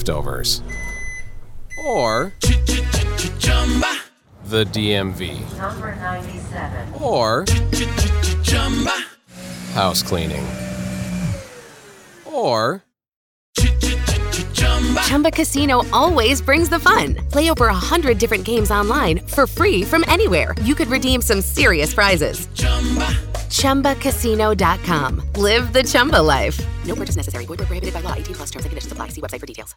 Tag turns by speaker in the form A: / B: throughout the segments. A: leftovers, or the DMV,
B: Number 97.
A: or house cleaning, or
C: Chumba Casino always brings the fun. Play over a hundred different games online for free from anywhere. You could redeem some serious prizes. ChumbaCasino.com. Live the Chumba life. No purchase necessary. Void where prohibited by law. 18 plus terms and conditions apply. See website for details.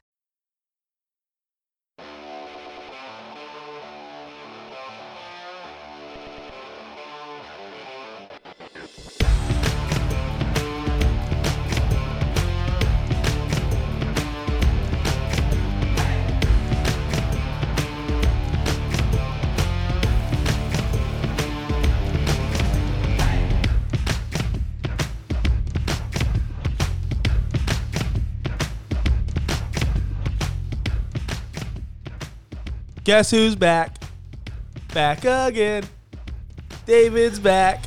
D: Guess who's back? Back again. David's back.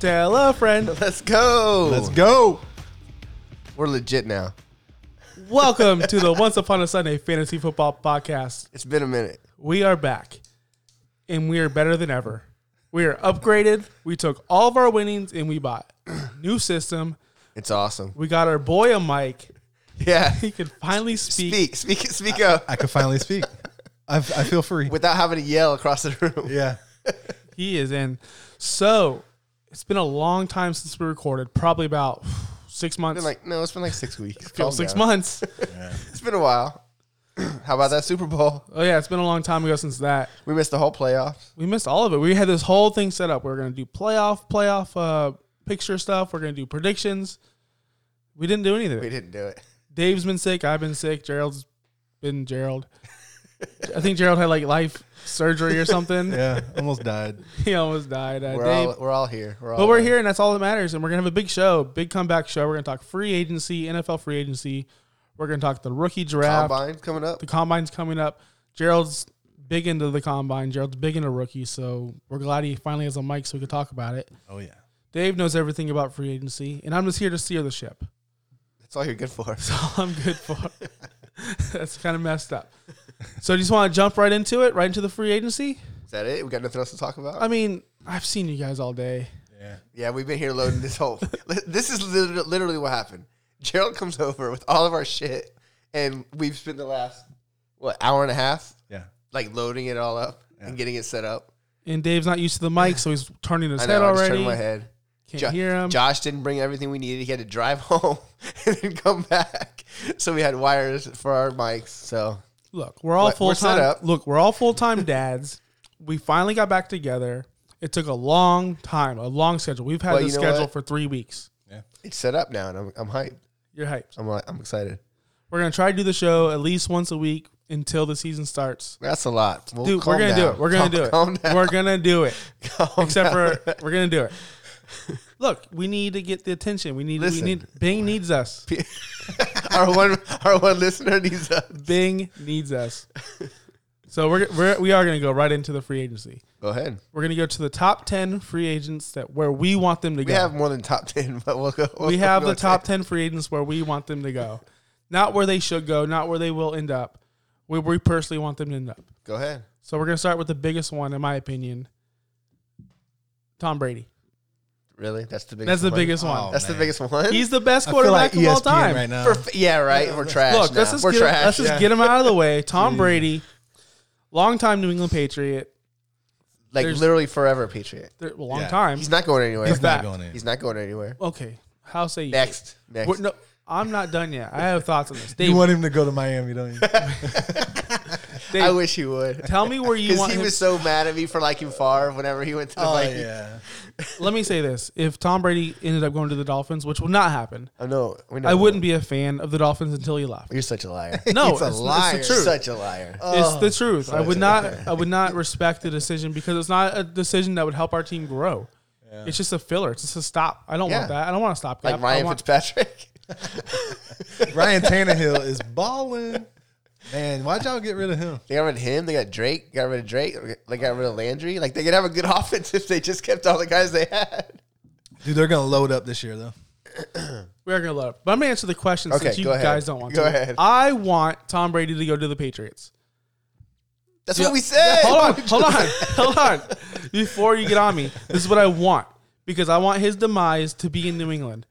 D: Tell a friend.
E: Let's go.
F: Let's go.
E: We're legit now.
D: Welcome to the Once Upon a Sunday Fantasy Football Podcast.
E: It's been a minute.
D: We are back, and we are better than ever. We are upgraded. We took all of our winnings and we bought new system.
E: It's awesome.
D: We got our boy a mic.
E: Yeah.
D: He can finally speak.
E: Speak, speak, speak up
F: I can finally speak. I've, I feel free.
E: without having to yell across the room.
F: yeah.
D: He is in. So it's been a long time since we recorded. Probably about six months.
E: Been like, no, it's been like six weeks.
D: Feel
E: Calm
D: six
E: down.
D: months.
E: It's been a while. How about that Super Bowl?
D: Oh yeah, it's been a long time ago since that.
E: We missed the whole playoffs.
D: We missed all of it. We had this whole thing set up. We are gonna do playoff, playoff uh, picture stuff. We're gonna do predictions. We didn't do anything.
E: We didn't do it.
D: Dave's been sick. I've been sick. Gerald's been Gerald. I think Gerald had like life surgery or something.
F: Yeah. Almost died.
D: He almost died. Uh,
E: We're
D: Dave.
E: all we're all here. We're all
D: but we're
E: back.
D: here, and that's all that matters. And we're gonna have a big show, big comeback show. We're gonna talk free agency, NFL free agency. We're gonna talk the rookie draft.
E: Combine coming up.
D: The combine's coming up. Gerald's big into the combine. Gerald's big into rookies, so we're glad he finally has a mic so we can talk about it.
F: Oh, yeah.
D: Dave knows everything about free agency, and I'm just here to steer the ship.
E: That's all you're good for.
D: All I'm good for. That's kind of messed up. So you just want to jump right into it, right into the free agency?
E: Is that it? We got nothing else to talk about?
D: I mean, I've seen you guys all day.
E: yeah, we've been here loading this whole. li- this is lit- literally what happened. Gerald comes over with all of our shit, and we've spent the last what hour and a half
F: Yeah.
E: like loading it all up and getting it set up.
D: And Dave's not used to the mic, so he's turning his
E: I
D: head
E: know. I just
D: already.
E: turned my head.
D: Can't
E: Jo-
D: hear him.
E: Josh didn't bring everything we needed. He had to drive home and then come back. So we had wires for our mics. So
D: Look, we're all
E: Like,
D: full
E: we're set
D: time.
E: up.
D: Look, we're all full time dads. we finally got back together. It took a long time, a long schedule. We've had
E: Well,
D: this
E: you know
D: schedule
E: what?
D: for three weeks.
E: it's set up now, and I'm, I'm hyped.
D: You're hyped.
E: I'm like, I'm excited.
D: We're gonna try to do the show at least once a week until the season starts.
E: That's a lot. Well,
D: Dude,
E: calm
D: we're gonna do
E: down.
D: it. We're gonna
E: Calm-
D: do it.
E: Calm down.
D: We're gonna do it.
E: Calm
D: Except
E: down.
D: for we're gonna do it. Look, we need to get the attention. We need.
E: Listen.
D: We need. Bing needs us.
E: our one, our one listener needs a.
D: Bing needs us. So we're, we're we are gonna go right into the free agency.
E: Go ahead.
D: We're gonna go to the top ten free agents that where we want them to
E: We
D: go.
E: have more than top ten, but we'll go.
D: we
E: we'll
D: have
E: go
D: the
E: with
D: top
E: that.
D: 10 free agents where we want them to go not where they should go not where they will end up where we personally want them to end up
E: Go ahead.
D: so we're going to start with the biggest one in my opinion tom brady
E: Really, that's the biggest.
D: that's the
E: one.
D: biggest one
F: Oh,
E: That's the
F: man.
E: biggest one.
D: he's the best
F: I feel
D: quarterback
F: like E
D: of all
F: ESPN
D: time
F: right now.
E: For f- yeah, right. We're trash.
D: look
E: now.
D: let's just,
E: we're
D: get,
E: trash.
D: let's just
F: Yeah.
D: get him out of the way tom brady longtime new england patriot
E: like
D: there's-
E: literally forever a Patriot.
D: There- well, long
F: Yeah.
D: time
E: He's not going anywhere.
F: He's
D: back.
F: not going in.
E: He's not going anywhere.
D: okay how say you
E: Next. Next.
D: We're- no, i'm not done yet i have thoughts on this Dave,
F: You want him to go to Miami, don't you?
D: Dave,
E: I wish he would.
D: tell me where you
E: Because
D: want
E: he
D: him
E: was so mad at me for liking Favre whenever he went to the
F: oh,
E: Vikings.
F: yeah.
D: let me say this: If Tom Brady ended up going to the Dolphins, which will not happen,
E: I know. We know
D: I wouldn't be a fan of the Dolphins until he left.
E: You're such a liar.
D: No,
E: He's a
D: it's- it's the
E: liar.
D: truth. Oh,
E: Such a liar.
D: It's the truth. I would not. I would not respect the decision because it's not a decision that would help our team grow. It's just a filler. It's just a stop. I don't
E: Yeah.
D: want that. I don't want to stop.
E: like
D: gap. I
E: Ryan
D: want-
E: Fitzpatrick.
F: Ryan Tannehill is balling. Man, why'd y'all get rid of him?
E: They got rid of him. They got Drake. Got rid of Drake. They got rid of Landry. Like they could have a good offense if they just kept all the guys they had.
F: Dude, they're going to load up this year, though.
D: We are gonna love. But I'm gonna answer the question
E: Okay,
D: since you
E: go ahead.
D: guys don't want
E: Go
D: to.
E: ahead.
D: I want Tom Brady to go to the Patriots.
E: That's what we said.
D: Hold on, hold on, hold on. Before you get on me, this is what I want because I want his demise to be in New England.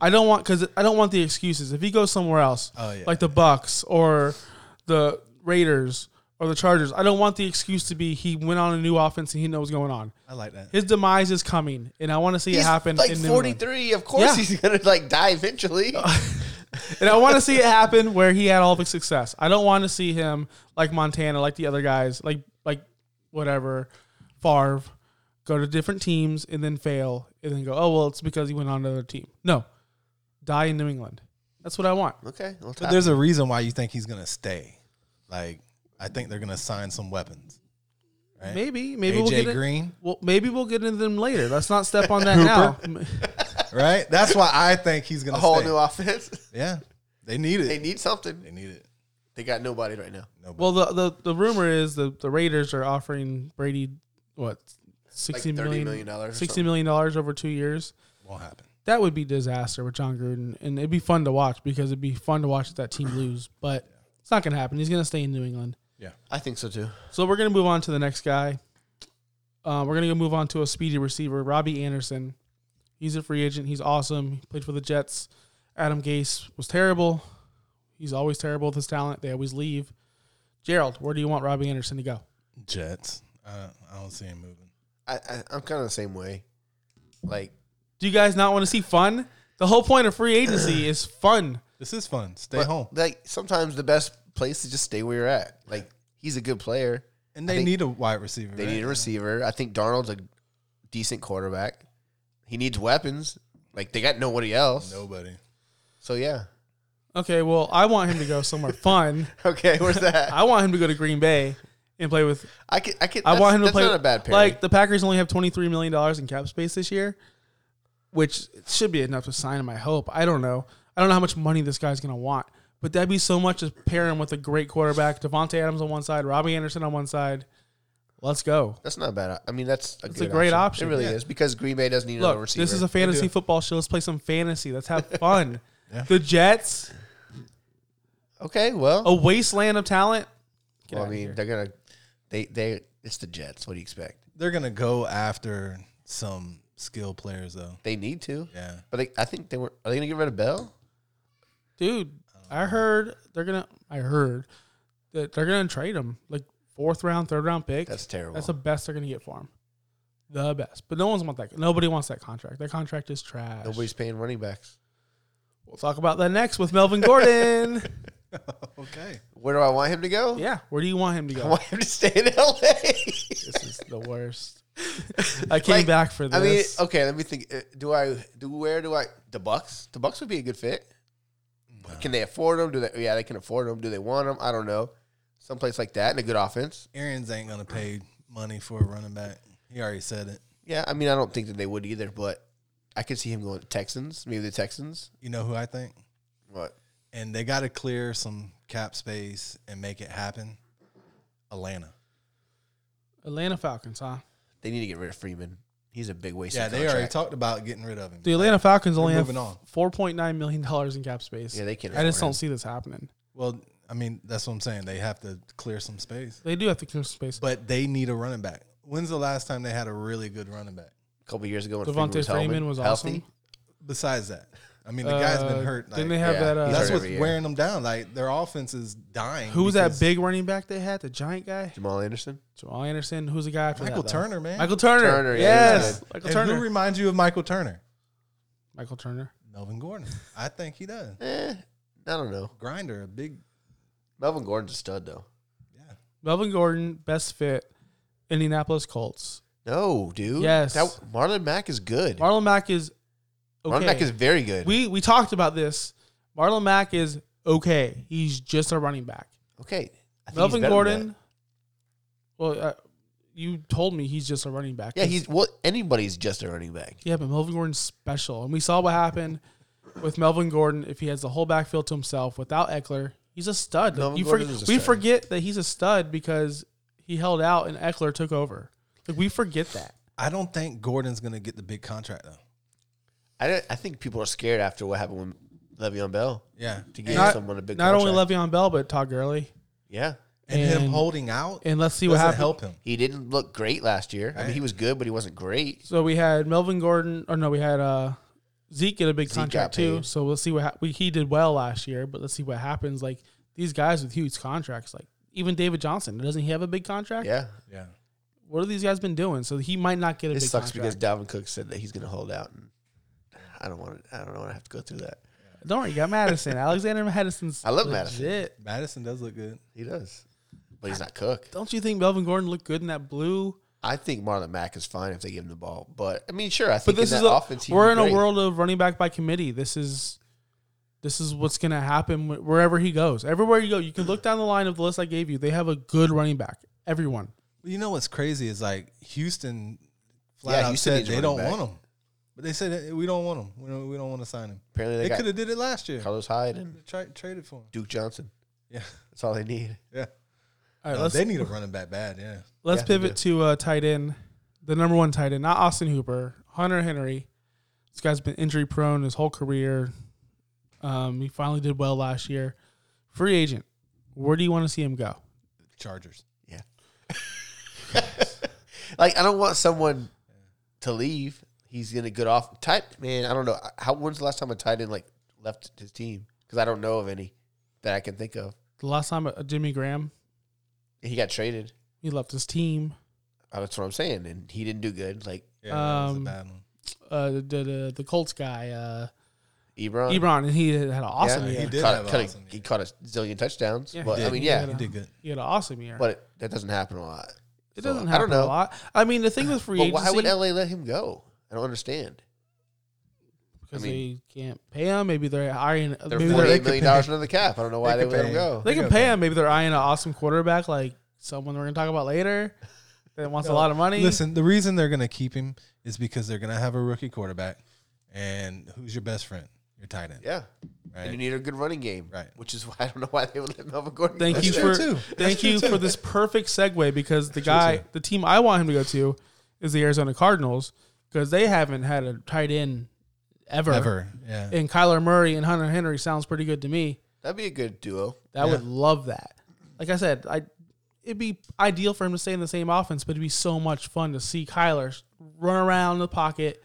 D: I don't want because I don't want the excuses. If he goes somewhere else,
F: Oh, yeah.
D: like the Bucks or the Raiders or the Chargers, I don't want the excuse to be he went on a new offense and he knows what's going on.
F: I like that.
D: His demise is coming, and I want to see
E: He's
D: it happen.
E: like
D: in New England.
E: 43. Of course
D: Yeah.
E: he's going to like die eventually.
D: And I want to see it happen where he had all the success. I don't want to see him like Montana, like the other guys, like like whatever, Favre, go to different teams and then fail and then go, oh well, it's because he went on another team. No, die in New England. That's what I want.
E: okay. Well,
F: But there's a reason why you think he's gonna stay. Like I think they're gonna sign some weapons. Right?
D: Maybe, maybe we'll
F: AJ
D: get in-
F: Green.
D: well, maybe we'll get into them later. Let's not step on that now.
F: Right? That's why I think he's gonna
E: a whole
F: stay.
E: new offense.
F: yeah. They need it.
E: They need something.
F: They need it.
E: They got nobody right now.
F: Nobody.
D: Well, the, the the rumor is the the Raiders are offering Brady what sixty
E: $30
D: million
E: million or
D: sixty
E: something.
D: million dollars over two years.
F: won't happen.
D: that would be disaster with John Gruden, and it'd be fun to watch because it'd be fun to watch that team lose. But it's not gonna happen. He's gonna stay in New England.
F: Yeah.
E: I think so too.
D: So we're gonna move on to the next guy. Um, we're gonna go move on to a speedy receiver, Robbie Anderson. He's a free agent. He's awesome. He played for the Jets. Adam Gase was terrible. He's always terrible with his talent. They always leave. Gerald, where do you want Robbie Anderson to go?
F: Jets. I, I don't see him moving.
E: I, I, I'm kind of the same way. Like,
D: Do you guys not want to see fun? The whole point of free agency is fun.
F: This is fun. Stay
E: but,
F: home.
E: Like sometimes the best place is just stay where you're at. Like he's a good player.
F: And
E: I
F: they
E: think
F: need a wide receiver.
E: They
F: right?
E: need a receiver. I think Darnold's a decent quarterback. He needs weapons. Like they got nobody else.
F: Nobody.
E: So yeah.
D: Okay, well, I want him to go somewhere fun.
E: Okay, where's that?
D: I want him to go to Green Bay and play with.
E: I could. I could.
D: I want him to
E: that's
D: play
E: Not a bad pair.
D: Like the Packers only have twenty three million dollars in cap space this year, which should be enough to sign him. I hope. I don't know. I don't know how much money this guy's gonna want, but that'd be so much to pair him with a great quarterback, Devonte Adams on one side, Robbie Anderson on one side. Let's go.
E: that's not bad. I mean, that's a,
D: It's
E: good
D: a great option,
E: It really
D: yeah.
E: is because Green Bay doesn't need another
D: Look,
E: receiver.
D: this is a fantasy football show. Let's play some fantasy. Let's have fun.
F: Yeah.
D: The Jets,
E: okay. Well,
D: a wasteland of talent. Oh, Get
E: well, I
D: outta
E: mean,
D: here.
E: they're gonna. They they. It's the Jets. What do you expect?
F: They're gonna go after some skill players though.
E: They need to.
F: Yeah.
E: But they, I think they were. Are they gonna get rid of Bell?
D: dude. I
E: Um,
D: heard they're gonna. I heard that they're gonna trade him like fourth round, third round pick.
E: That's terrible.
D: That's the best they're gonna get for him. The best, but no one's want that. Nobody wants that contract. That contract is trash.
E: Nobody's paying running backs.
D: We'll talk about that next with Melvin Gordon.
F: Okay.
E: Where do I want him to go?
D: yeah, where do you want him to
E: I
D: go?
E: want him to stay in LA.
D: This is the worst. I came
E: Like,
D: back for
E: I mean,
D: this.
E: okay. Let me think. Uh, Do I do where do I the Bucks? The Bucks would be a good fit. Can they afford them? Do they? Yeah, they can afford them. Do they want them? I don't know. Someplace like that and a good offense.
F: Arians ain't gonna pay money for a running back. He already said it.
E: Yeah, I mean, I don't think that they would either, but I could see him going to Texans. Maybe the Texans.
F: You know who I think?
E: What?
F: And they gotta clear some cap space and make it happen. Atlanta.
D: Atlanta Falcons, huh?
E: They need to get rid of Freeman. He's a big waste.
F: Yeah,
E: Yeah,
F: they already talked about getting rid of him.
D: The Atlanta Falcons only have
F: moving on.
D: four point nine million dollars in cap space.
E: Yeah, they can
D: I just
E: afford
D: don't
E: him.
D: see this happening.
F: Well, I mean, that's what I'm saying. They have to clear some space.
D: They do have to clear some space.
F: But they need a running back. When's the last time they had a really good running back?
E: a couple years ago. When
D: Devontae
E: healthy-
D: Freeman was
E: healthy.
D: awesome.
F: Besides that. I mean, the guy's
D: Uh,
F: been hurt. Like,
D: Didn't they have
E: Yeah,
D: that? Uh,
E: he's
F: that's
E: hurt
F: what's
E: every year.
F: wearing them down. Like their offense is dying.
D: Who was that
F: because
D: big running back they had? The giant guy,
E: Jamal Anderson.
D: Jamal Anderson. Who's the guy? After
F: Michael
D: that, though?
F: Turner, man.
D: Michael Turner.
E: Turner, yeah, he's
D: yes,
E: good.
D: Michael
F: and
D: Turner.
F: Who reminds you of Michael Turner?
D: Michael Turner.
F: Melvin Gordon. I think he does.
E: Eh, I don't know.
F: Grinder, a big
E: Melvin Gordon's a stud though.
F: yeah.
D: Melvin Gordon, best fit. Indianapolis Colts.
E: No, dude.
D: Yes.
E: That, Marlon Mack is good.
D: Marlon Mack is okay.
E: Marlon Mack is very good.
D: we we talked about this. Marlon Mack is okay. He's just a running back.
E: okay. I think he's
D: Melvin
E: better than
D: Gordon.
E: that.
D: Well, uh, you told me he's just a running back.
E: Yeah, he's well. Anybody's just a running back.
D: Yeah, but Melvin Gordon's special. And we saw what happened with Melvin Gordon if he has the whole backfield to himself without Eckler. He's a stud. Like,
E: Melvin
D: you
E: Gordon
D: forget-
E: is a
D: we
E: stud.
D: forget that he's a stud because he held out and Eckler took over. Like we forget that.
F: I don't think Gordon's gonna get the big contract though.
E: I don't, I think people are scared after what happened with Le'Veon Bell
F: Yeah.
E: to give
D: Not-
E: someone a big.
D: Not only
E: contract.
D: Le'Veon Bell, but Todd Gurley.
E: yeah,
F: And,
D: And-
F: him holding out
D: And let's see what
F: doesn't
D: happens.
F: help him.
E: he didn't look great last year. I mean, he was good, but he wasn't great.
D: So we had Melvin Gordon, or no, we had uh, Zeke get a big
E: Zeke
D: contract
E: got
D: too.
E: paid.
D: So we'll see what hap we, he did well last year, but let's see what happens. Like these guys with huge contracts, like even David Johnson, doesn't he have a big contract?
E: Yeah,
F: Yeah.
D: What have these guys been doing? So he might not get a
E: it
D: big
E: sucks because
D: contract.
E: Dalvin Cook said that he's going to hold out, and I don't want to. I don't want to have to go through that.
D: Don't worry, you got Madison. Alexander Madison's.
E: I love Madison.
D: legit.
F: Madison does look good.
E: He does, but he's not Cook.
D: Don't you think Melvin Gordon looked good in that blue?
E: I think Marlon Mack is fine if they give him the ball, but I mean, sure. I
D: But
E: think
D: this
E: in
D: is
E: that
D: a,
E: offense, he'd
D: we're
E: be
D: in a
E: great.
D: world of running back by committee. This is this is what's going to happen wh- wherever he goes. Everywhere you go, you can look down the line of the list I gave you. They have a good running back. Everyone.
F: You know what's crazy is like Houston flat
E: Yeah,
F: out
E: Houston
F: said
E: needs
F: they
E: running
F: don't
E: back.
F: want him. But they said "Eh, we don't want him. We don't, we don't want to sign him.
E: Apparently, they,
F: They, could
E: got
F: have did it last year.
E: Carlos Hyde and
F: Tra- traded for him.
E: Duke Johnson.
F: Yeah.
E: That's all they need.
F: Yeah.
D: All right,
F: No,
D: let's
F: Uh, they need a running back bad, yeah.
D: let's
E: Yeah, they
D: pivot to uh, tight end, the number one tight end, not Austin Hooper, Hunter Henry. This guy's been injury prone his whole career. Um, he finally did well last year. Free agent. Where do you want to see him go?
F: Chargers.
E: Yeah. like I don't want someone to leave. He's gonna get off tight man. I don't know how. When's the last time a tight end like left his team? Because I don't know of any that I can think of.
D: The last time uh, Jimmy Graham
E: He got traded.
D: he left his team.
E: Uh, That's what I'm saying, and he didn't do good. Like
F: Yeah, that was a
D: Um,
F: bad one.
D: Uh, the, the the Colts guy, uh,
E: Ebron,
D: Ebron, and he had an awesome
E: Yeah,
D: year.
F: He did
E: caught,
F: have an
E: caught a-
F: awesome
E: he
F: year.
E: caught a zillion touchdowns.
D: Yeah, he
E: but I
F: did.
E: mean,
D: He
E: yeah,
D: had
F: He
D: a-
F: did good.
D: He had an awesome year.
E: but it, that doesn't happen a lot.
D: it
E: So,
D: doesn't happen
E: I don't know.
D: a lot. I mean, the thing with free
E: But
D: agency,
E: why would LA let him go? I don't understand.
D: because
E: I mean-
D: they can't pay him. Maybe they're hiring.
E: They're
D: maybe
E: forty
D: they're
E: eight million dollars under the cap. I don't know why
F: they
E: they,
F: could
E: would let him
F: pay
E: go.
D: They can
F: gotta
D: pay
F: pay
D: him. Maybe they're eyeing an awesome quarterback like someone we're going to talk about later that wants a lot of money.
F: Listen, the reason they're going to keep him is because they're going to have a rookie quarterback. And who's your best friend? Your tight end.
E: Yeah. And you
F: Right.
E: need a good running game,
F: Right.
E: Which is why I don't know why they would let Melvin Gordon.
D: thank
E: go
D: you
E: there.
D: for
F: too. That's
D: thank
F: true
D: you
F: too.
D: for this perfect segue because the guy, the team I want him to go to, is the Arizona Cardinals because they haven't had a tight end ever.
F: Ever. Yeah.
D: And Kyler Murray and Hunter Henry sounds pretty good to me.
E: That'd be a good duo.
D: I would love that. Like I said, I it'd be ideal for him to stay in the same offense, but it'd be so much fun to see Kyler run around the pocket,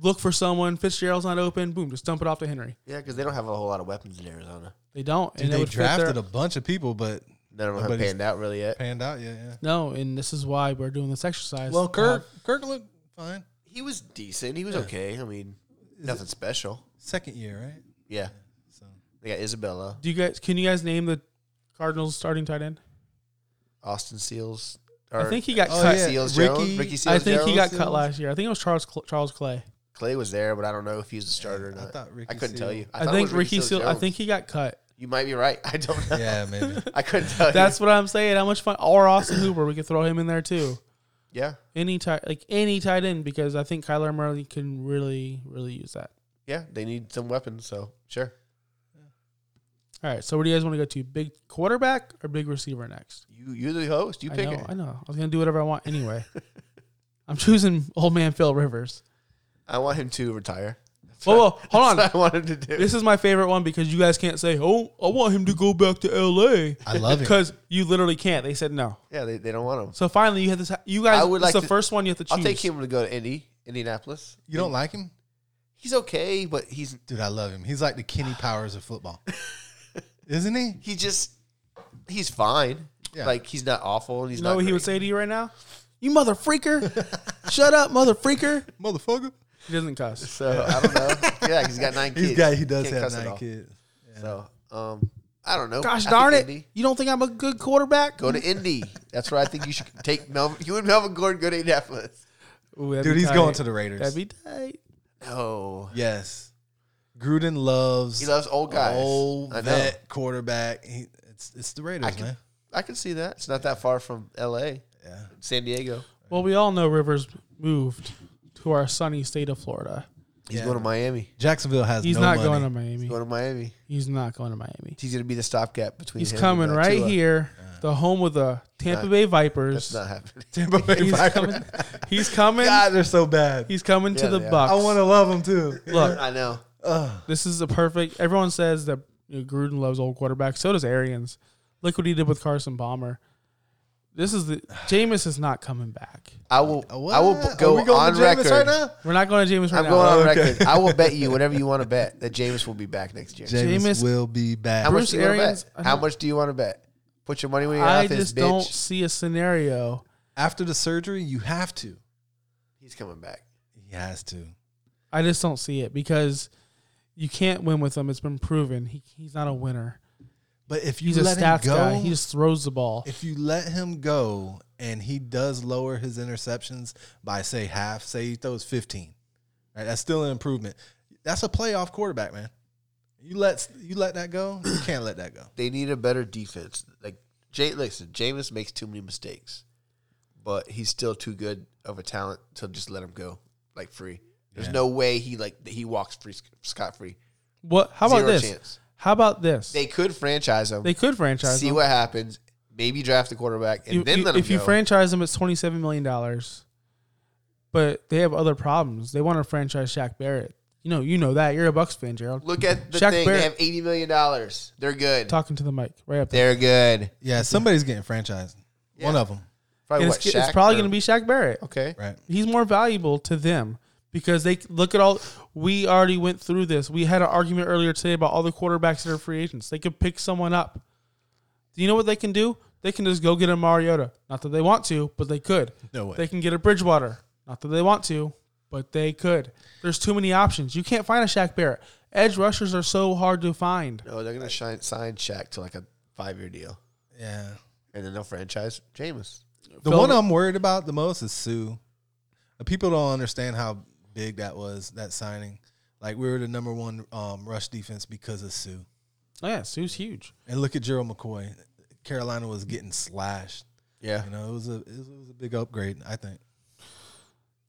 D: look for someone. Fitzgerald's not open. Boom, just dump it off to Henry.
E: Yeah, because they don't have a whole lot of weapons in Arizona.
D: They don't,
F: Dude,
D: it
F: they
D: would fit their-
F: drafted a bunch of people, but
E: None of them have
F: Nobody's-
E: panned out really yet.
F: panned out. Yeah, yeah.
D: no, and this is why we're doing this exercise. Uh,
F: Well,
D: to
F: Kirk,
D: have-
F: Kirk looked fine.
E: He was decent. He was okay. I mean, nothing special.
F: Second year, right?
E: Yeah.
F: So
E: They got Isabella,
D: do you guys? Can you guys name the Cardinals starting tight end?
E: Austin Seals.
D: I
E: or
D: think he got
F: Oh,
D: cut.
F: yeah.
E: Seals
F: Ricky-
E: Jones. Ricky Seals
D: I think he got
E: Jones.
D: cut last year. I think it was Charles Cl- Charles Clay.
E: Clay was there, but I don't know if he was a starter or
F: I
E: not. I,
F: thought Ricky
E: couldn't tell
F: Seals-
E: you.
D: I,
E: thought it
D: think
E: was
D: Ricky Seal. I
E: Seals-Jones.
D: think he got cut.
E: you might be right. I don't know.
F: yeah, maybe.
E: I couldn't tell
D: That's what I'm saying. How much fun? Or Austin Hooper. We could throw him in there too.
E: you. Yeah.
D: any tight like any tight end because I think Kyler Murray can really really use that.
E: Yeah. They need some weapons, so sure.
D: All right, so where do you guys want to go to? Big quarterback or big receiver next?
E: You you're the host. You
D: I
E: pick
D: know,
E: it.
D: I know. I was gonna do whatever I want anyway. I'm choosing old man Phil Rivers.
E: I want him to retire.
D: Whoa, whoa, hold on.
E: That's what I want him to do.
D: This is my favorite one because you guys can't say, "Oh, I want him to go back to L.A."
F: I love it.
D: because you literally can't. They said no.
E: yeah, they, they don't want him.
D: So finally, you have this. You guys,
E: I would
D: this is
E: like
D: the
E: to-
D: first one you have to choose.
E: I'll take him to go to Indy, Indianapolis.
F: You don't like him,
E: He's okay, but he's
F: dude? I love him. He's like the Kenny Powers of football, isn't he?
E: he just he's fine.
F: Yeah.
E: Like he's not awful and he's
D: You know
E: not.
D: what he
E: great.
D: would say to you right now? You mother freaker! Shut up, mother freaker!
F: Motherfucker.
D: He doesn't cuss.
E: So I don't know. yeah, 'cause he's got nine kids.
F: He's got. He does
E: Can't
F: have
E: cuss at all.
F: nine kids.
E: So um, I don't know.
D: Gosh
E: I
D: darn
E: think
D: it!
E: Indy.
D: You don't think I'm a good quarterback?
E: Go to Indy. That's where I think you should take Melvin. You and Melvin Gordon go to Indianapolis.
F: Dude, he's going to the Raiders.
D: That'd be tight.
E: No,
F: Yes. Gruden loves
E: he loves old guys.
F: old
E: I know.
F: vet quarterback. He, it's it's the Raiders,
E: I can,
F: man.
E: I can see that. It's not that far from L.A.
F: Yeah.
E: San Diego.
D: Well, we all know Rivers moved to our sunny state of Florida.
E: He's
F: Yeah.
E: going to Miami.
F: Jacksonville has
D: He's
F: no
D: not
F: money.
D: going to Miami.
E: He's going to Miami.
D: He's not going to Miami.
E: He's going to be the stopgap between.
D: He's
E: him
D: coming
E: and, uh,
D: right
E: Tua.
D: here the home of the Tampa Bay Vipers.
E: That's not happening.
F: Tampa Bay
D: he's
F: Buccaneers.
D: coming. He's coming.
F: God, they're so bad.
D: He's coming
E: Yeah,
D: to the
E: they are.
D: Bucks.
F: I want to love them too.
D: look.
E: I know.
D: This is a perfect. Everyone says that you know, Gruden loves old quarterbacks. So does Arians. Look what he did with Carson Palmer. This is the Jameis is not coming back.
E: I will.
F: What?
E: I will
F: Are we
E: go
F: going to
E: on
F: Jameis
E: record.
F: right now.
D: We're not going to Jameis right
E: I'm
D: now.
E: going on
F: Okay.
E: record. I will bet you whatever you want to bet that James will be back next year.
F: Jameis,
D: Jameis-
F: will be back.
E: How
D: Bruce
E: much do you want
D: Arians-
E: to bet? How much do you want to bet? Put your money where your
D: I
E: mouth is,
D: just
E: bitch.
D: don't see a scenario.
F: After the surgery, you have to.
E: He's coming back.
F: He has to.
D: I just don't see it because you can't win with him. It's been proven. He, he's not a winner.
F: But if you
D: He's a
F: let him
D: stats
F: go,
D: guy. He just throws the ball.
F: if you let him go and he does lower his interceptions by say half, say he throws 15. Right? That's still an improvement. That's a playoff quarterback, man. You let you let that go, you can't let that go.
E: They need a better defense. Like Jay, listen, Jameis makes too many mistakes, but he's still too good of a talent to just let him go like free. There's no way he like he walks free scot free.
D: What? How about
E: Zero
D: this?
E: chance.
D: How about this? They,
E: They could franchise him.
D: could franchise
E: see
D: him.
E: what happens. Maybe draft a quarterback and
D: You-
E: then
D: you-
E: let him
D: if you
E: go.
D: franchise him, it's twenty seven million dollars. But they have other problems. They want to franchise Shaq Barrett. You know, you know that. You're a Bucks fan, Gerald.
E: Look at the
D: Shaq
E: thing.
D: Barrett-
E: They have eighty million dollars. They're good.
D: Talking to the mic right up there.
E: They're good.
F: Yeah, somebody's getting franchised. One of them,
E: Probably
D: And
E: what,
D: it's, it's
E: Shaq
D: probably
E: or-
D: going to be Shaq Barrett.
E: okay.
F: right?
D: He's more valuable to them because they look at all. We already went through this. We had an argument earlier today about all the quarterbacks that are free agents. They could pick someone up. Do you know what they can do? They can just go get a Mariota. Not that they want to, but they could.
F: No way.
D: They can get a Bridgewater. Not that they want to, but they could. There's too many options. You can't find a Shaq Barrett. Edge rushers are so hard to find.
E: No, they're gonna shine, sign Shaq to like a five year deal,
F: Yeah.
E: and then they'll franchise Jameis.
F: The
D: Phil-
F: one I'm worried about the most is Sue. The People don't understand how big that was that signing. Like we were the number one um, rush defense because of Sue.
D: Yeah, Sue's huge.
F: And look at Gerald McCoy. Carolina was getting slashed.
E: Yeah,
F: You know, it was a it was a big upgrade. I think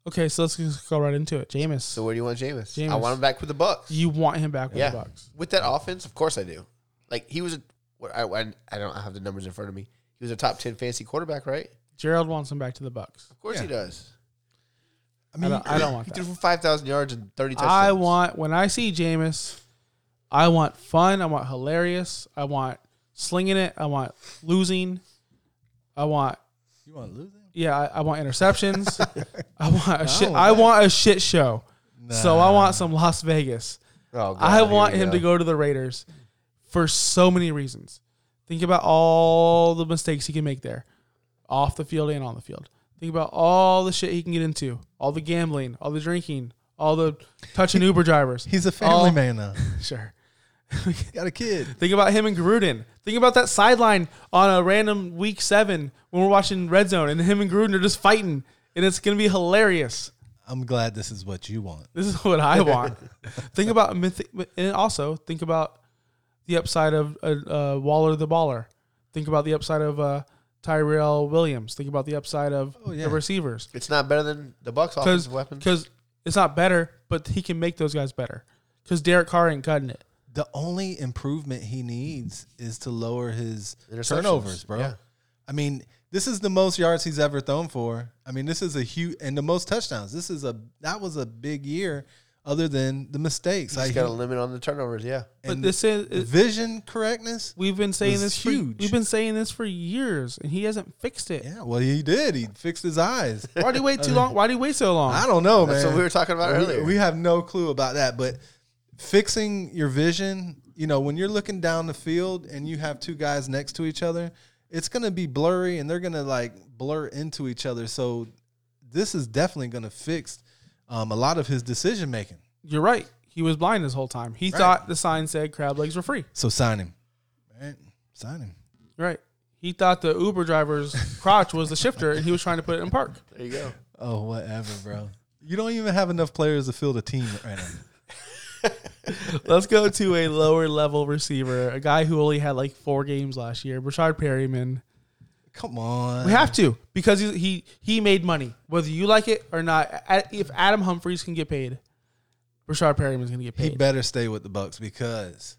D: Okay, so let's just go right into it. Jameis,
E: So where do you want Jameis? I
D: Jameis.
E: want him back with the Bucks.
D: you want him back with
E: yeah,
D: the Bucks?
E: with that offense, of course I do. Like he was a, what I, I I don't have the numbers in front of me. He was a top ten fantasy quarterback, right?
D: Gerald wants him back to the Bucks.
E: Of course he does.
D: I, don't, I don't want
E: He
D: that.
E: threw for five thousand yards and thirty touchdowns.
D: I want when I see Jameis, I want fun. I want hilarious. I want slinging it. I want losing. I want
F: you want to lose him.
D: yeah. I, I want interceptions. I want a shit. I want a shit show. So I want some Las Vegas.
E: Oh, God,
D: I
E: here
D: want
E: we
D: him to go to the Raiders for so many reasons. Think about all the mistakes he can make there, off the field and on the field. Think about all the shit he can get into, all the gambling, all the drinking, all the touching Uber drivers.
F: He's a family
D: All-
F: man now.
D: Sure.
F: Got a kid.
D: Think about him and Gruden. Think about that sideline on a random week seven when we're watching Red Zone and him and Gruden are just fighting, and it's gonna be hilarious.
F: I'm glad this is what you want.
D: This is what I want. think about myth- and also think about the upside of uh, uh, Waller the baller. Think about the upside of uh, Tyrell Williams. Think about the upside of
F: Oh, yeah.
D: the receivers
E: It's not better than the Bucks
D: because
E: offensive weapons.
D: because it's not better, but he can make those guys better. Because Derek Carr ain't cutting it.
F: The only improvement he needs is to lower his
E: Interceptions.
F: turnovers, bro.
E: Yeah.
F: I mean, this is the most yards he's ever thrown for. I mean, this is a huge and the most touchdowns. This is a that was a big year. Other than the mistakes,
E: He's
F: like
E: got a limit on the turnovers. Yeah,
D: But this is
F: the vision correctness.
D: we've been saying
F: was
D: this for,
F: huge.
D: we've been saying this for years, and he hasn't fixed it.
F: Yeah, well, he did. He fixed his eyes.
D: Why do you wait too long? Why do you wait so long?
F: I don't know, man.
E: That's what we were talking about
F: We-
E: earlier.
F: We have no clue about that, but fixing your vision, you know, when you're looking down the field and you have two guys next to each other, it's going to be blurry and they're going to like blur into each other. So this is definitely going to fix um, a lot of his decision making.
D: You're right. He was blind this whole time. He thought the sign said crab legs were free.
F: So sign him. Right? Sign him.
D: Right. He thought the Uber driver's crotch was the shifter, and he was trying to put it in park.
E: there you go.
F: Oh, whatever, bro. You don't even have enough players to field a team right now.
D: Let's go to a lower level receiver, a guy who only had like four games last year, Rashard Perryman.
F: Come on.
D: We have to because he he, he made money, whether you like it or not. A- If Adam Humphries can get paid, Rashard Perryman's going to get
F: He
D: paid.
F: better stay with the Bucks because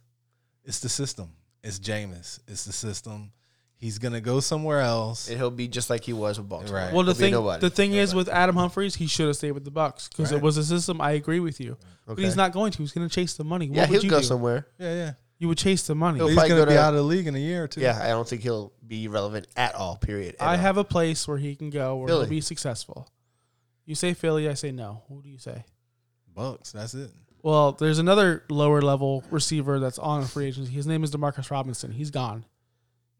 F: it's the system. It's Jameis. It's the system. He's gonna go somewhere else.
E: And he'll be just like he was with Baltimore.
F: Right.
D: Well, the
E: He'll be
D: thing
E: nobody.
D: the thing is with Adam Humphreys, he should have stayed with the Bucks because it
F: Right.
D: was a system. I agree with you, but he's
F: Okay.
D: not going to. He's going to chase the money. What
E: yeah,
D: would
E: he'll
D: you
E: go
D: do?
E: somewhere.
F: Yeah, yeah.
D: You would chase the money.
E: He'll
F: He's
E: probably
F: gonna
E: go
F: be
E: to-
F: out of the league in a year or two.
E: Yeah, I don't think he'll be relevant at all. Period. At
D: I
E: all.
D: have a place where he can go where
E: Philly.
D: he'll be successful. You say Philly, I say no. Who do you say?
F: Bucks. That's it.
D: Well, there's another lower level receiver that's on free agency. His name is Demarcus Robinson. He's gone.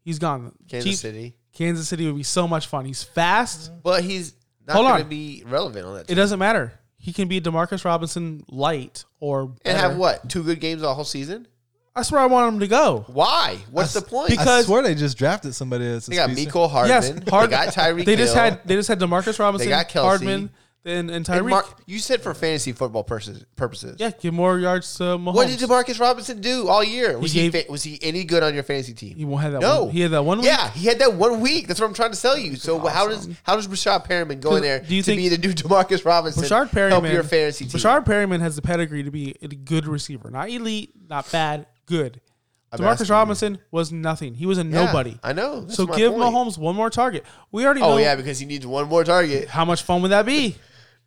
D: He's gone.
E: Kansas
D: Chief-
E: City,
D: Kansas City would be so much fun. He's fast.
E: but he's not
D: Hold
E: going to
D: on.
E: be relevant on that.
D: It
E: Team.
D: doesn't matter. He can be Demarcus Robinson light or
E: And
D: better.
E: have what two good games all whole season?
D: That's where I want him to go.
E: Why? What's the point?
D: because-
F: I swear they just drafted somebody that's a
E: they got
F: speedster.
E: Miko Hardman.
D: yes, Hard-
E: They got Tyreek.
D: They just
E: Hill.
D: had they just had Demarcus Robinson,
E: got Kelsey.
D: Hardman, and, and
E: And
D: Tyreek.
E: Mar- you said for fantasy football purposes. purposes.
D: yeah, give more yards to Mahomes.
E: What did Demarcus Robinson do all year? Was he,
D: gave-
E: fa- was he any good on your fantasy team?
D: He won't have that
E: No,
D: one- he had that one week?
E: Yeah, he had that one week. That's what I'm trying to sell you. So how does how does Rashad Perriman go in there
D: Do you
E: to
D: think-
E: be the new Demarcus Robinson?
D: Rashard Perryman
E: help your fantasy team.
D: Rashard Perryman has the pedigree to be a good receiver, not elite, not bad, good.
E: asking
D: Demarcus
E: you.
D: Robinson was nothing. He was a
E: Yeah,
D: nobody.
E: I know. That's
D: so
E: my
D: give
E: point.
D: Mahomes one more target. We already
E: Oh
D: know
E: yeah, because he needs one more target.
D: how much fun would that be.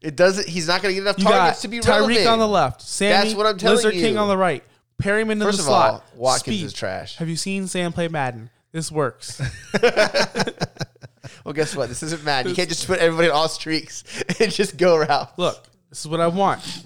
E: It doesn't. He's not going to get enough
D: You
E: targets
D: got
E: to be relevant.
D: Tyreek on the left, Sammy
E: That's what I'm telling
D: Lizard
E: you.
D: King on the right, Perryman in
E: First
D: the
E: of all,
D: slot.
E: Watkins
D: Speed.
E: is trash.
D: Have you seen Sam play Madden? This works.
E: Well, guess what? This isn't Madden. You can't just put everybody on all streaks and just go around.
D: Look, this is what I want.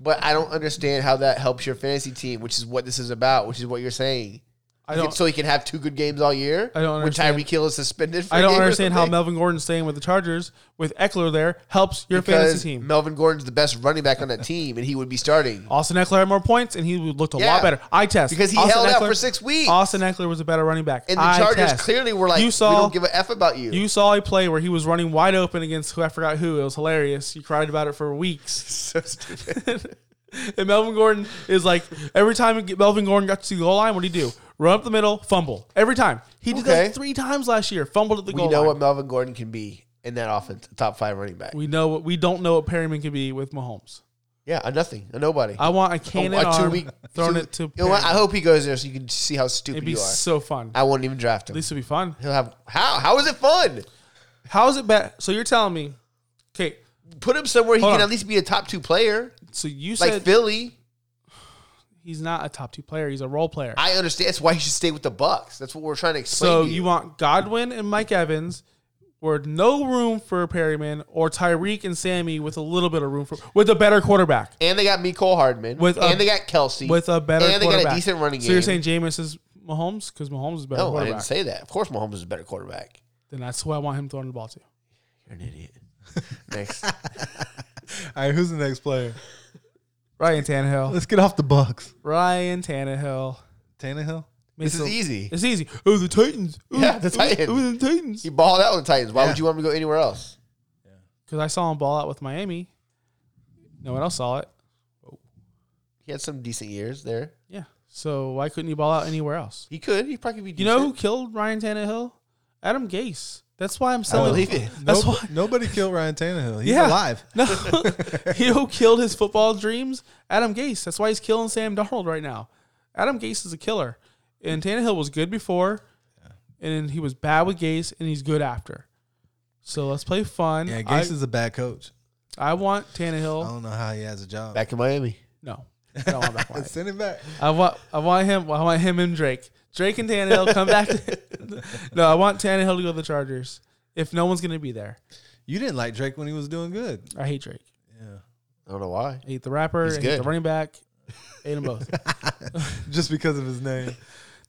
E: But I don't understand how that helps your fantasy team, which is what this is about, which is what you're saying.
D: I don't.
E: so he can have two good games all year.
D: I don't understand.
E: When Tyreek Hill is suspended. For
D: I
E: a
D: don't
E: game or
D: understand how
E: something?
D: Melvin Gordon staying with the Chargers with Eckler there helps your
E: Because
D: fantasy team.
E: Melvin Gordon's the best running back on that team, and he would be starting.
D: Austin Eckler had more points, and he looked a
E: Yeah.
D: lot better. I test
E: Because he
D: Austin
E: held out for six weeks.
D: Austin Eckler was a better running back,
E: And the
D: I
E: Chargers
D: test.
E: clearly were like,
D: you saw
E: we don't give a f about you.
D: you saw a play where he was running wide open against who I forgot who. It was hilarious. You cried about it for weeks.
E: so stupid.
D: And Melvin Gordon is like every time Melvin Gordon got to the goal line, what did he do? Run up the middle, fumble every time. He did
E: Okay.
D: that three times last year. Fumbled at the
E: we
D: goal
E: know
D: line.
E: what Melvin Gordon can be in that offense, a top five running back.
D: we know what we don't know what Perryman can be with Mahomes.
E: yeah, a nothing, a nobody.
D: I want a cannon
E: A
D: arm
E: two-week-
D: thrown
E: two-
D: it to.
E: You know what? I
D: Perryman.
E: hope he goes there so you can see how
D: It'd
E: stupid
D: be
E: you are.
D: so fun.
E: I won't even draft him.
D: At least it'd be fun.
E: He'll have how? How is it fun?
D: How is it bad? So you're telling me, okay?
E: Put him somewhere he
D: Hold
E: can
D: on.
E: at least be a top two player,
D: So you
E: like
D: said
E: Philly.
D: he's not a top two player. He's a role player.
E: I understand. That's why he should stay with the Bucks. That's what we're trying to explain.
D: so
E: to
D: you want Godwin and Mike Evans, where no room for Perryman or Tyreek and Sammy with a little bit of room for with a better quarterback.
E: and they got Miko Hardman,
D: With a-
E: and they got Kelsey,
D: With a better
E: and they
D: quarterback.
E: got a decent running game.
D: So you're saying Jameis is Mahomes because Mahomes is a better
E: no? I
D: quarterback.
E: didn't say that. Of course, Mahomes is a better quarterback.
D: then that's who I want him throwing the ball to.
E: You're an idiot. Next,
F: All right, who's the next player?
D: Ryan Tannehill.
F: Let's get off the Bucks.
D: Ryan Tannehill.
F: Tannehill.
E: this is easy.
D: It's easy. Oh, the Titans. Ooh,
E: Yeah, the
D: ooh,
E: Titans.
D: Ooh, the Titans.
E: He balled out with the Titans. Why
F: Yeah.
E: would you want him to go anywhere else?
D: Because I saw him ball out with Miami. No one else saw it.
E: He had some decent years there.
D: Yeah. So why couldn't he ball out anywhere else?
E: He could. He probably could be.
D: You
E: Decent.
D: know who killed Ryan Tannehill? Adam Gase. That's why I'm selling.
E: believe it.
D: That's
F: Nope-
D: why.
F: Nobody killed Ryan Tannehill. He's
D: Yeah.
F: alive.
D: No, you know who killed his football dreams? Adam Gase. That's why he's killing Sam Darnold right now. Adam Gase is a killer, and Tannehill was good before, and he was bad with Gase, and he's good after. So let's play fun.
F: Yeah, Gase
D: I,
F: is Oh. a bad coach.
D: I want
F: I
D: Tannehill.
F: don't know how he has a job.
E: back in Miami.
D: No, I don't want that one.
F: Send it back.
D: I want I want him I want him and Drake. Drake and Tannehill come back. no, I want Tannehill to go to the Chargers. If no one's gonna be there,
F: You didn't like Drake when he was doing good.
D: I hate Drake.
E: I don't know why.
D: I hate the rapper.
E: He's
D: I hate the
E: good.
D: running back. I hate them both.
F: Just because of his name.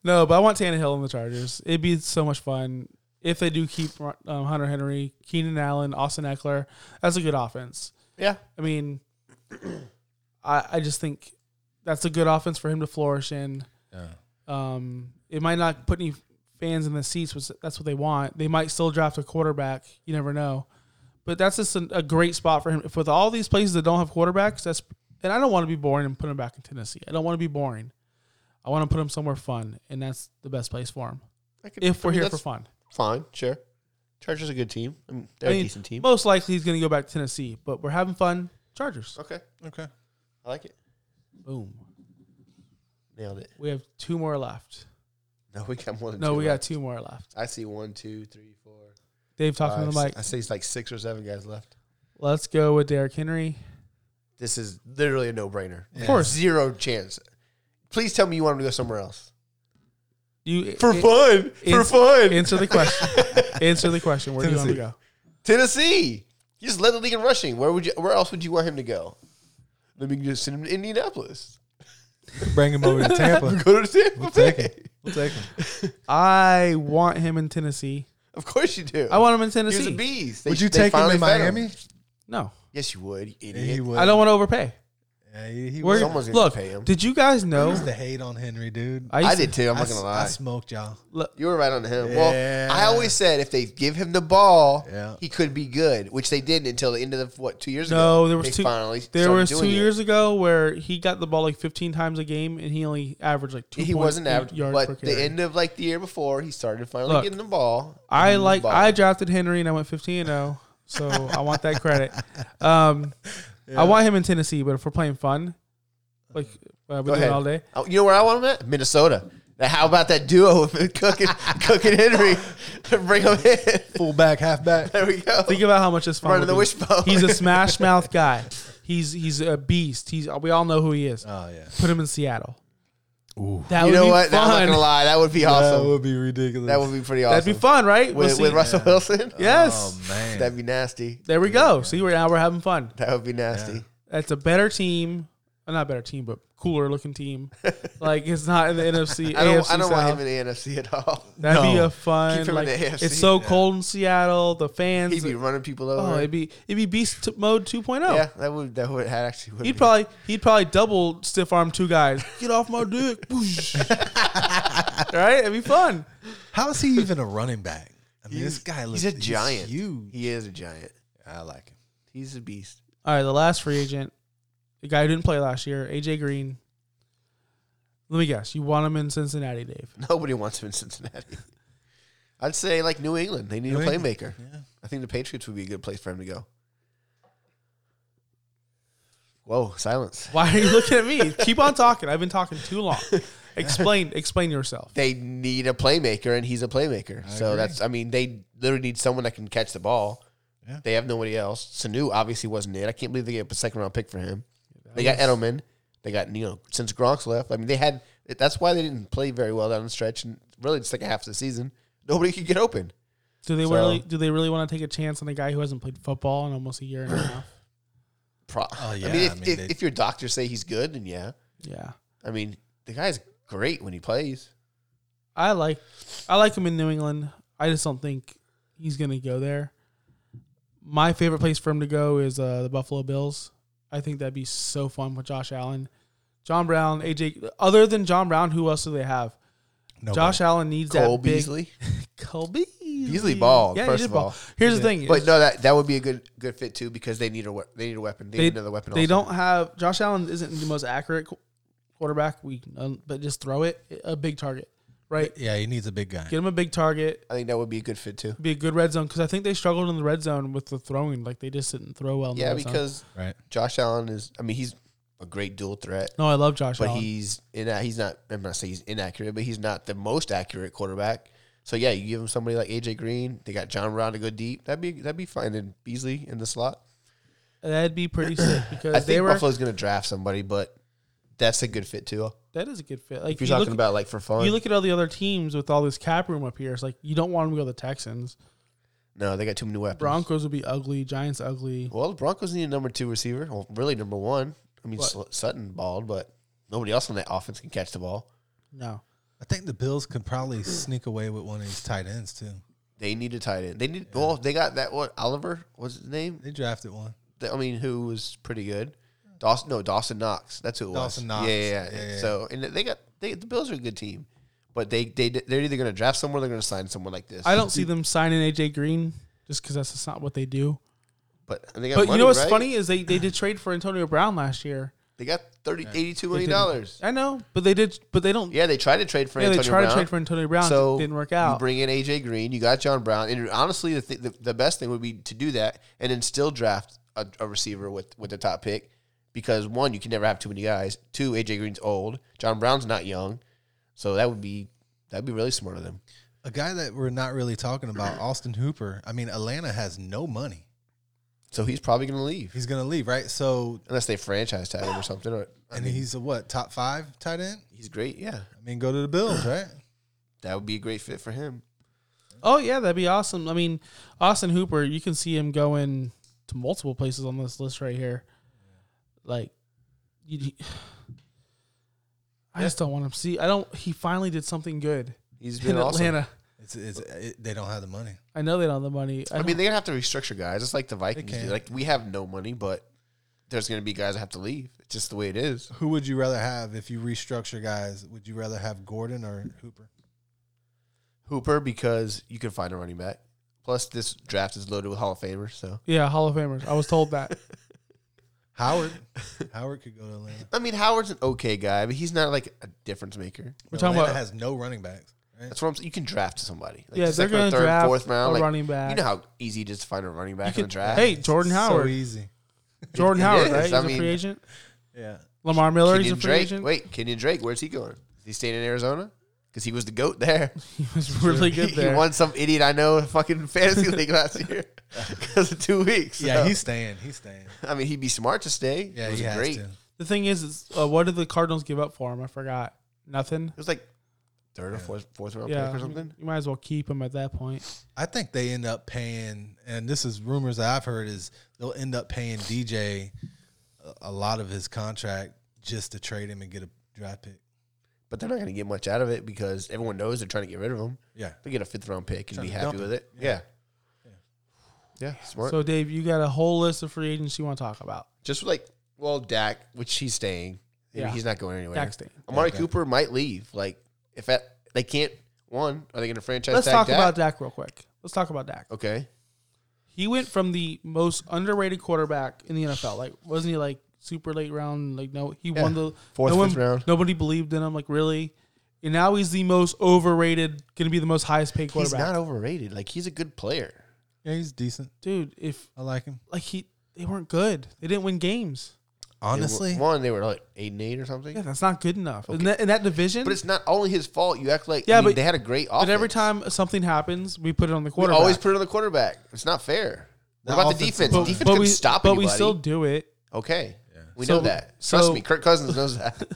D: no, but I want Tannehill and the Chargers. It'd be so much fun if they do keep um, Hunter Henry, Keenan Allen, Austin Eckler. That's a good offense.
E: Yeah,
D: I mean, I I just think that's a good offense for him to flourish in.
F: Yeah.
D: Um, it might not put any fans in the seats, which that's what they want. They might still draft a quarterback. You never know. But that's just an, a great spot for him. If with all these places that don't have quarterbacks, that's and I don't want to be boring and put him back in Tennessee. I don't want to be boring. I want to put him somewhere fun, and that's the best place for him.
E: I could,
D: If
E: I
D: we're
E: mean,
D: here for
E: that's
D: fun,
E: fine. Sure, Chargers are a good team. I mean, they're
D: I
E: a
D: mean,
E: decent team.
D: Most likely, he's going to go back to Tennessee, but we're having fun. Chargers.
E: Okay,
F: Okay.
E: I like it.
D: Boom.
E: Nailed it.
D: We have two more left.
E: No, we got more than
D: No,
E: two
D: we got
E: left.
D: two more left.
E: I see one, two, three, four.
D: Dave talking
E: five,
D: to the mic.
E: six- Uh, I see it's like six or seven guys left.
D: Let's go with Derrick Henry.
E: This is literally a no brainer.
D: Of course,
E: Zero chance. Please tell me you want him to go somewhere else.
D: you
E: For
D: it-
E: fun. For
D: it's-
E: fun.
D: Answer the question. answer the question. Where do you
F: Tennessee.
D: want to
E: Tennessee. You just led the league in rushing. Where would you where else would you want him to go? Let me just send him to Indianapolis.
F: Bring him over to Tampa.
E: Go to Tampa
F: Take
E: Bay.
F: him. We'll take him.
D: go? I want him in Tennessee.
E: Of course you do.
D: I want him in
E: he
D: Tennessee.
E: was a beast. They-
F: Would you
E: they
F: take him
E: finally
F: to
E: fed him.
F: Miami?
D: No,
E: Yes, you would, you idiot.
F: Yeah, he would.
D: I don't want to overpay.
F: Yeah, he, he
D: Where,
F: would.
E: Someone's gonna
D: look,
E: pay him.
D: did you guys know?
F: the hate on Henry, dude.
E: I
D: used to-
E: did too. I'm
F: I
E: not
F: s-
E: gonna
F: I
E: lie.
F: smoked y'all.
E: You were right on him.
F: Yeah.
E: Well, I always said if they give him the ball,
F: Yeah.
E: he could be good, which they didn't until the end of the what two years ago.
D: No, there was
E: They
D: two.
E: Finally,
D: there
E: started
D: was two
E: doing it.
D: years ago where he got the ball like 15 times a game, and he only averaged like two.
E: He wasn't average,
D: yards per
E: but
D: carry.
E: the end of like the year before, he started finally
D: Look,
E: getting the ball.
D: I
E: And
D: like
E: ball.
D: I drafted Henry and I went 15 and 0, so I want that credit. Um, I want him in Tennessee, but if we're playing fun, like uh, we do
E: Go
D: it
E: ahead.
D: all day.
E: Uh, You know where I want him at? Minnesota. Now, how about that duo of Cook and, Cook and Henry? Bring him in.
F: Fullback, halfback.
E: There we go.
D: Think about how much this fun
E: Running
D: would
E: the
D: be.
E: wishbone.
D: He's a smash mouth guy. He's he's a beast. He's we all know who he is.
F: Oh yeah.
D: Put him in Seattle. That
E: you
D: would
E: know
D: be
E: what? Now, I'm not
D: fun.
E: gonna lie. That would be awesome.
F: That would be ridiculous.
E: be pretty awesome.
D: That'd be fun, right? We'll
E: with,
D: see.
E: with Russell Wilson.
D: Yes.
F: Oh man.
E: that'd be nasty.
D: There we go. See, we're now we're having fun.
E: That would be nasty.
D: That's a better team, uh, not better team, but cooler looking team. like it's not in the NFC.
E: I don't.
D: AFC
E: I don't
D: South.
E: want him in the NFC at all.
D: That'd be
F: No.
D: a fun.
E: Keep him in
D: like,
E: the AFC.
D: It's so cold in Seattle. The
E: He'd
D: fans.
E: be running people over.
D: oh, it'd be it'd be beast t- mode 2.0.
E: yeah, that would. That would that actually. Would
D: He'd
E: be-
D: probably he'd probably double stiff arm two guys. Get off my dick! Whoosh. right? It'd be fun.
F: How is he even a running back? I mean, this guy looks
E: He's a giant.
F: huge.
E: He is a giant.
F: I like him.
E: He's a beast.
D: All right, the last free agent, the guy who didn't play last year, AJ Green. Let me guess. You want him in Cincinnati, Dave?
E: Nobody wants him in Cincinnati. I'd say like New England. They need
F: New
E: a
F: England,
E: playmaker.
F: yeah.
E: I think the Patriots would be a good place for him to go. Whoa, silence.
D: Why are you looking at me? Keep on talking. I've been talking too long. Explain. Explain yourself.
E: They need a playmaker, and he's a playmaker. so
F: agree.
E: that's. I mean, they literally need someone that can catch the ball.
F: Yeah.
E: They have nobody else. Sanu obviously wasn't it. I can't believe they gave up a second round pick for him. They got Edelman. They got you know since Gronk's left. I mean, they had. That's why they didn't play very well down the stretch, and really the second half of the season, nobody could get open.
D: Do they
E: So-
D: really? Do they really want to take a chance on a guy who hasn't played football in almost a year and a half?
E: Pro-
F: Oh, yeah,
E: I mean, if,
F: I mean,
E: if,
F: they-
E: if your doctors say he's good, then yeah.
D: Yeah,
E: I mean, the guy's great when he plays.
D: I like, I like him in New England. I just don't think he's gonna go there. My favorite place for him to go is uh, the Buffalo Bills. I think that'd be so fun with Josh Allen, John Brown, AJ. Other than John Brown, who else do they have?
F: No
D: Josh Allen needs
E: Cole
D: that big
E: Beasley,
D: Cole Beasley.
E: Beasley balled,
D: he
E: first
D: did
E: of all.
D: ball. here's the thing.
E: but no, that that would be a good good fit too because they need a we- they need a weapon. They,
D: they,
E: need another weapon.
D: they
E: also.
D: don't have Josh Allen isn't the most accurate qu- quarterback. We um, but just throw it a big target, right?
F: Yeah, he needs a big guy.
D: Get him a big target.
E: I think that would be a good fit too.
D: Be a good red zone because I think they struggled in the red zone with the throwing. Like they just didn't throw well. In
E: Yeah,
D: the red zone.
E: because
F: Right.
E: Josh Allen is. I mean, he's a great dual threat,
D: no, I love Josh
E: but
D: Allen.
E: he's in. He's not. I'm not saying he's inaccurate, but he's not the most accurate quarterback. So yeah, you give him somebody like AJ Green. They got John Brown to go deep. That'd be that'd be fine. And Beasley in the slot.
D: That'd be pretty sick
E: I
D: because they
E: think
D: were.
E: Buffalo's going to draft somebody, but that's a good fit too.
D: that is a good fit. Like
E: If you're
D: you
E: talking
D: look,
E: about like for fun,
D: you look at all the other teams with all this cap room up here. It's like you don't want them to go to the Texans.
E: no, they got too many weapons.
D: Broncos would be ugly. Giants ugly.
E: Well, the Broncos need a number two receiver. Well, really number one. I mean, Sl- Sutton balled, but nobody else on that offense can catch the ball.
D: No,
F: I think the Bills could probably sneak away with one of these tight ends too.
E: They need a tight end. They need. Well, they got that what Oliver was his name.
F: They drafted one.
E: Th- I mean, who was pretty good. Dawson, no, Dawson Knox. That's who it
F: Dawson
E: was.
F: Knox.
E: Yeah, yeah, yeah.
F: Yeah, yeah.
E: So and they got they, the Bills are a good team, but they they they're either going to draft someone, or they're going to sign someone like this.
D: I don't see them signing AJ Green just because that's just not what they do.
E: But and they got
D: But you
E: money,
D: know what's
E: right?
D: funny is they, they did trade for Antonio Brown last year.
E: They got 30, 82
D: They
E: million
D: didn't-
E: dollars.
D: I know, but they did, but they don't. Yeah,
E: Yeah, they tried to trade for
D: they
E: Antonio
D: tried
E: Brown.
D: to trade for Antonio Brown.
E: so
D: didn't work
E: You
D: out.
E: bring in AJ Green, you got John Brown, and honestly, the, th- the the best thing would be to do that and then still draft a, a receiver with with the top pick because one, you can never have too many guys. Two, AJ Green's old. John Brown's not young, so that would be that That'd be really smart of them.
F: A guy that we're not really talking about, Austin Hooper. I mean, Atlanta has no money.
E: So he's probably going to leave
F: He's gonna leave, right? So,
E: unless they franchise tag him or something. Or, I
F: and
E: mean,
F: he's a what top five tight end?
E: he's great. Yeah,
F: I mean, go to the Bills, right?
E: that would be a great fit for him.
D: Oh yeah, that'd be awesome. I mean, Austin Hooper, you can see him going to multiple places on this list right here. Like, you, I just don't want him. to See, I don't. He finally did something good
E: He's
D: in
E: been awesome.
D: Atlanta.
F: It's, it's it, they don't have the money.
D: I know they don't have the money. I,
E: I mean,
D: mean,
E: they're gonna have to restructure guys. It's like the Vikings.
F: can.
E: do. Like we have no money, but there's gonna be guys that have to leave. It's just the way it is.
F: Who would you rather have if you restructure guys? Would you rather have Gordon or Hooper?
E: Hooper because you can find a running back. Plus, this draft is loaded with Hall of Famers. So
D: yeah, Hall of Famers. I was told that.
F: Howard, Howard could go to Atlanta.
E: I mean, Howard's an okay guy, but he's not like a difference maker.
D: We're talking
F: Atlanta
D: about
F: has no running backs. Right?
E: That's what I'm saying. You can draft somebody. Like,
D: Yeah, they're
E: second or
D: gonna
E: third,
D: draft
E: fourth round,
D: a
E: like,
D: running back.
E: You know how easy it is to find a running back
D: You
E: in
D: could-
E: the draft.
D: Hey, Jordan
F: So
D: Howard.
F: easy.
D: Jordan
E: It
D: Howard,
E: is.
D: right? He's
E: I
D: a
E: mean-
D: free agent.
F: Yeah.
D: Lamar Miller, he's a
E: Kenyon
D: free
E: Drake.
D: agent.
E: Wait, Kenyon Drake, where's he going? Is he staying in Arizona? Because he was the goat there.
D: He was really good
E: he
D: there.
E: won some idiot I know fucking fantasy league last year because of two weeks.
F: Yeah,
E: So,
F: he's staying. He's staying.
E: I mean, he'd be smart to stay.
F: Yeah,
E: it was
F: he has
E: great.
F: to.
E: It
D: the thing is, is uh, what did the Cardinals give up for him? I forgot. Nothing.
E: was like third or fourth, fourth round
D: Yeah,
E: pick or
D: I mean,
E: something.
D: you might as well keep him at that point.
F: I think they end up paying, and this is rumors that I've heard is they'll end up paying DJ a, a lot of his contract just to trade him and get a draft pick.
E: But they're not going to get much out of it because everyone knows they're trying to get rid of him.
F: Yeah.
E: They get a fifth round pick and
F: Trying
E: be
F: to
E: happy
F: dump
E: with
F: him.
E: it. Yeah. Yeah, smart.
D: So, Dave, you got a whole list of free agents you want to talk about.
E: Just like, well, Dak, which he's staying. Maybe
D: Yeah.
E: He's not going anywhere.
D: Dak's staying.
E: Amari Cooper might leave. Like, if that, they can't, one, are they going to franchise
D: Let's
E: tag
D: talk
E: Dak?
D: about Dak real quick. Let's talk about Dak.
E: Okay.
D: He went from the most underrated quarterback in the NFL. Like, wasn't he like super late round? Like, no, he won the
E: Fourth,
D: no one-
E: fifth round.
D: Nobody believed in him. Like, really. And now he's the most overrated, going to be the most highest paid
E: He's
D: quarterback.
E: not overrated. Like, he's a good player.
F: Yeah, he's decent.
D: Dude, if
F: I like him.
D: like he, they weren't good. They didn't win games.
E: They were-
F: Honestly,
E: one they were like eight and eight or something.
D: Yeah, that's not good enough. In, that, in that division,
E: But it's not only his fault. You act like
D: Yeah,
E: I mean,
D: but-
E: they had a great offense.
D: but every time something happens, we put it on the
E: we
D: quarterback.
E: always put it on the quarterback. It's not fair. What
F: The
E: about the
F: offensive
E: defense?
F: line.
E: The defense
D: but
E: couldn't
D: we,
E: stop
D: but
E: anybody.
D: we still do it.
E: okay, we
D: So-
E: know that. Trust
D: so-
E: me, Kirk Cousins knows that.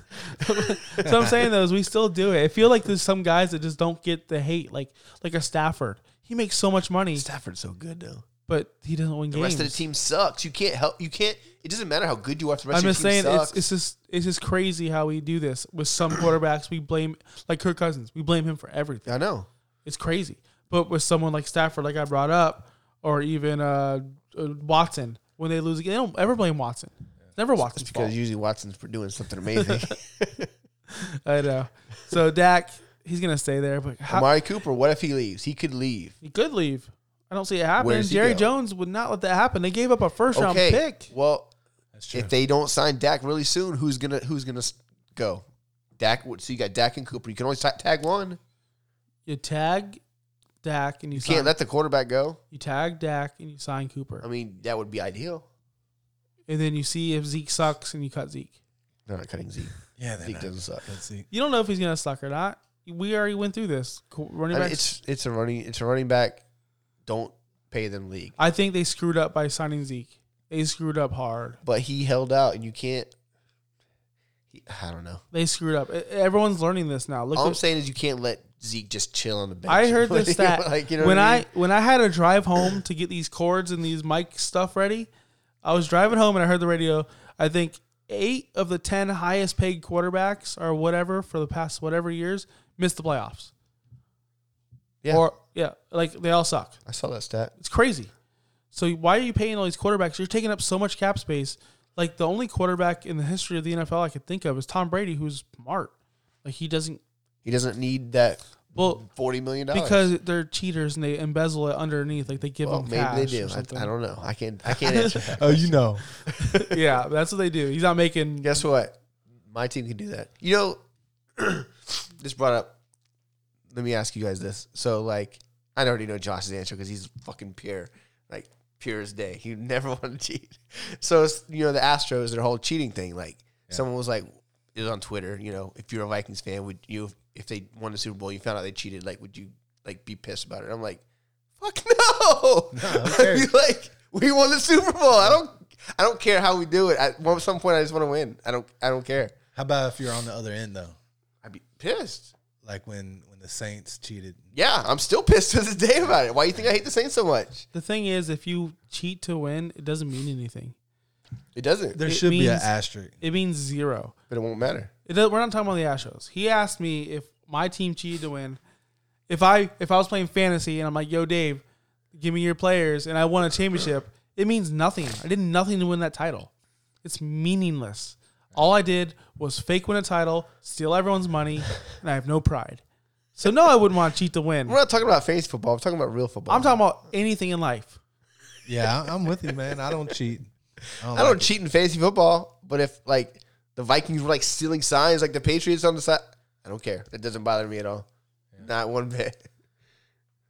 D: So I'm saying though is we still do it. I feel like there's some guys that just don't get the hate, like like a Stafford. He makes so much money,
E: Stafford's so good though.
D: but he doesn't win
E: The
D: games.
E: rest of the team sucks. You can't help. You can't. It doesn't matter how good you are. if The rest
D: I'm
E: of
D: just
E: your team
D: saying it's,
E: sucks.
D: it's just it's just crazy how we do this with some quarterbacks. We blame like Kirk Cousins. We blame him for everything.
E: I know.
D: It's crazy. But with someone like Stafford, like I brought up, or even uh, uh, Watson, when they lose, again, they don't ever blame Watson. It's Never Watson's
E: It's because
D: fault.
E: usually Watson's doing something amazing.
D: I know. So Dak, he's gonna stay there. But how,
E: Amari Cooper. What if he leaves? He could leave.
D: He could leave. I don't see it
E: Where
D: happening.
E: does he
D: Jerry
E: go?
D: Jones would not let that happen. They gave up a first round
E: Okay.
D: pick.
E: Well,
F: that's true.
E: If they don't sign Dak really soon, who's gonna who's gonna s- go? Dak. would- So you got Dak and Cooper. You can always ta- tag one.
D: You tag Dak and you,
E: You
D: sign.
E: can't let the quarterback go.
D: you tag Dak and you sign Cooper,
E: I mean, that would be ideal.
D: and then you see if Zeke sucks and you cut Zeke.
E: They're not cutting Zeke.
F: yeah, they're
E: Zeke
F: not.
E: doesn't suck.
F: Let's see.
D: You don't know if he's gonna suck or not. We already went through this. Co- Running
E: I mean,
D: backs.
E: it's it's a running it's a running back. Don't pay them league.
D: I think they screwed up by signing Zeke. They screwed up hard.
E: But he held out, and you can't. He, I don't know.
D: They screwed up. E- Everyone's learning this now. Look,
E: All I'm
D: at-
E: saying is you can't let Zeke just chill on the bench.
D: I heard this stat
E: Like, you know
D: when
E: what
D: I,
E: mean?
D: when I had a drive home to get these cords and these mic stuff ready. I was driving home and I heard the radio. I think eight of the ten highest paid quarterbacks or whatever for the past whatever years missed the playoffs.
E: yeah,
D: Or yeah, like they all suck.
E: I saw that stat.
D: It's crazy. So why are you paying all these quarterbacks? You're taking up so much cap space. Like the only quarterback in the history of the NFL I could think of is Tom Brady, who's smart. Like he doesn't.
E: He doesn't need that
D: Well,
E: forty million dollars
D: because they're cheaters and they embezzle it underneath. Like they give
E: well,
D: them
E: maybe
D: cash.
E: they do.
D: Or
E: I,
D: something.
E: I don't know. I can't. I can't answer that.
F: Oh, you know.
D: yeah, that's what they do. He's not making.
E: Guess what? My team can do that. You know, this brought up. Let me ask you guys this. So, like, I already know Josh's answer because he's fucking pure, like pure as day. He never want to cheat. So, it's, you know, the Astros, their whole cheating thing. Like, someone was like, it was on Twitter. You know, if you're a Vikings fan, would you if they won the Super Bowl, and you found out they cheated, like would you like be pissed about it? I'm like, fuck no.
F: cares?
E: I'd be like, we won the Super Bowl. I don't I don't care how we do it. At one- some point, I just want to win. I don't I don't care.
F: How about if you're on the other end though?
E: I'd be pissed.
F: Like when when the Saints cheated.
E: Yeah, I'm still pissed to this day about it. Why you think I hate the Saints so much?
D: The thing is, if you cheat to win, it doesn't mean anything.
E: It doesn't,
F: There
D: It
F: should be an
D: means-
F: asterisk.
D: It means zero.
E: but it won't matter.
D: It does, we're not talking about the Astros. He asked me if my team cheated to win. If I if I was playing fantasy and I'm like, "Yo, Dave, give me your players," and I won a championship, it means nothing. I did nothing to win that title. It's meaningless. All I did was fake win a title, steal everyone's money, and I have no pride. So no, I wouldn't want to cheat to win.
E: We're not talking about fantasy football. I'm talking about real football.
D: I'm talking about anything in life.
F: Yeah, I- I'm with you, man. I don't cheat.
E: I don't cheat in fantasy football, but if like the Vikings were like stealing signs, like the Patriots on the side, I don't care. That doesn't bother me at all, not one bit.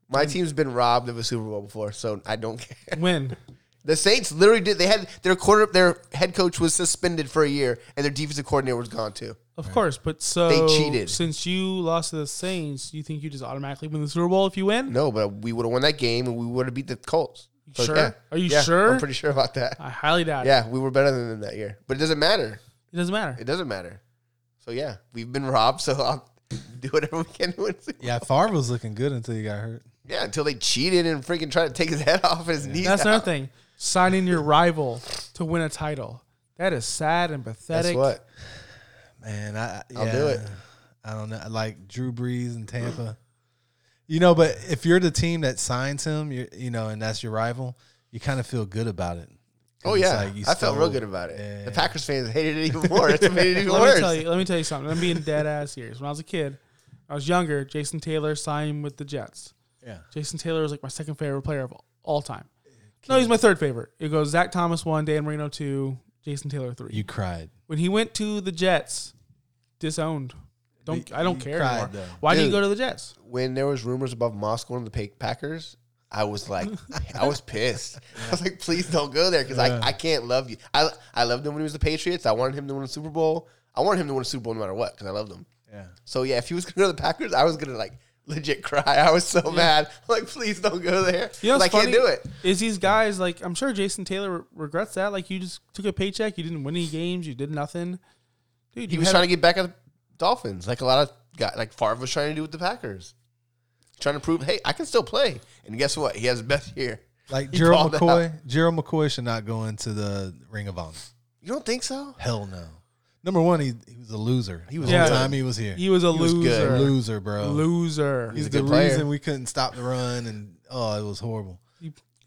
E: My team's been robbed of a Super Bowl before, so I don't care.
D: Win.
E: The Saints literally did. They had their quarter, their head coach was suspended for a year, and their defensive coordinator was gone too.
D: Of course, but so
E: They cheated.
D: Since you lost to the Saints, you think you just automatically win the Super Bowl if you win?
E: No, but we would have won that game, and we would have beat the Colts.
D: Sure?
E: yeah.
D: Are you
E: Yeah,
D: sure?
E: I'm pretty sure about that.
D: I highly doubt it.
E: Yeah, we were better than them that year, but it doesn't matter.
D: It doesn't matter.
E: It doesn't matter. So yeah, we've been robbed. So I'll do whatever we can to win. the Super
F: Yeah, Favre was looking good until he got hurt.
E: Yeah, until they cheated and freaking tried to take his head off and his knees.
D: That's
E: out.
D: another thing. Signing your rival to win a title. That is sad and
E: That's
D: pathetic.
E: what.
F: Man, I, I
E: I'll do
F: yeah,
E: it.
F: I don't know, like Drew Brees in Tampa. you know, but if you're the team that signs him, you you know, and that's your rival, you kind of feel good about it. 'Cause
E: Oh
F: it's
E: yeah,
F: like you
E: I felt real
F: stole-
E: good about it.
F: Yeah.
E: The Packers fans hated it even more. It's made it even
D: Let
E: worse.
D: me tell you. Let me tell you something. I'm being dead ass serious. When I was a kid, I was younger. Jason Taylor signed with the Jets.
F: Yeah,
D: Jason Taylor was like my second favorite player of all time. No, he's my third favorite. It goes Zach Thomas one, Dan Marino two, Jason Taylor three.
F: you cried.
D: when he went to the Jets, disowned. Don't I don't
F: you
D: care
F: cried,
D: anymore.
F: though.
D: Why do you
E: Dude.
D: go to the Jets?
E: When there was rumors about Moss going to the Pa- Packers, I was like, I was pissed. I was like, please don't go there because I, I can't love you. I I loved him when he was the Patriots. I wanted him to win a Super Bowl. I wanted him to win a Super Bowl no matter what because I loved him.
F: Yeah,
E: So yeah, if he was going to go to the Packers, I was going to like legit cry. I was so mad. I'm like, please don't go there.
D: You know,
E: But I
D: what's
E: can't
D: funny
E: do it.
D: Is these guys like I'm sure Jason Taylor re- regrets that. Like you just took a paycheck, you didn't win any games, you did nothing. Dude,
E: He
D: you
E: was
D: had-
E: trying to get back at the Dolphins, like a lot of guys, like Favre was trying to do with the Packers, trying to prove, hey, I can still play. And guess what? He has the best year.
F: like
E: He
F: Gerald
E: balled out.
F: McCoy. Gerald McCoy should not go into the Ring of Honor.
E: You don't think so?
F: Hell no. Number one, he he was a loser. He was
D: Yeah.
F: the whole time he was here.
D: he was a
E: He was good.
D: loser.
F: loser, bro.
D: Loser.
F: He's
E: a
F: the
E: good player.
F: reason we couldn't stop the run, and oh, it was horrible.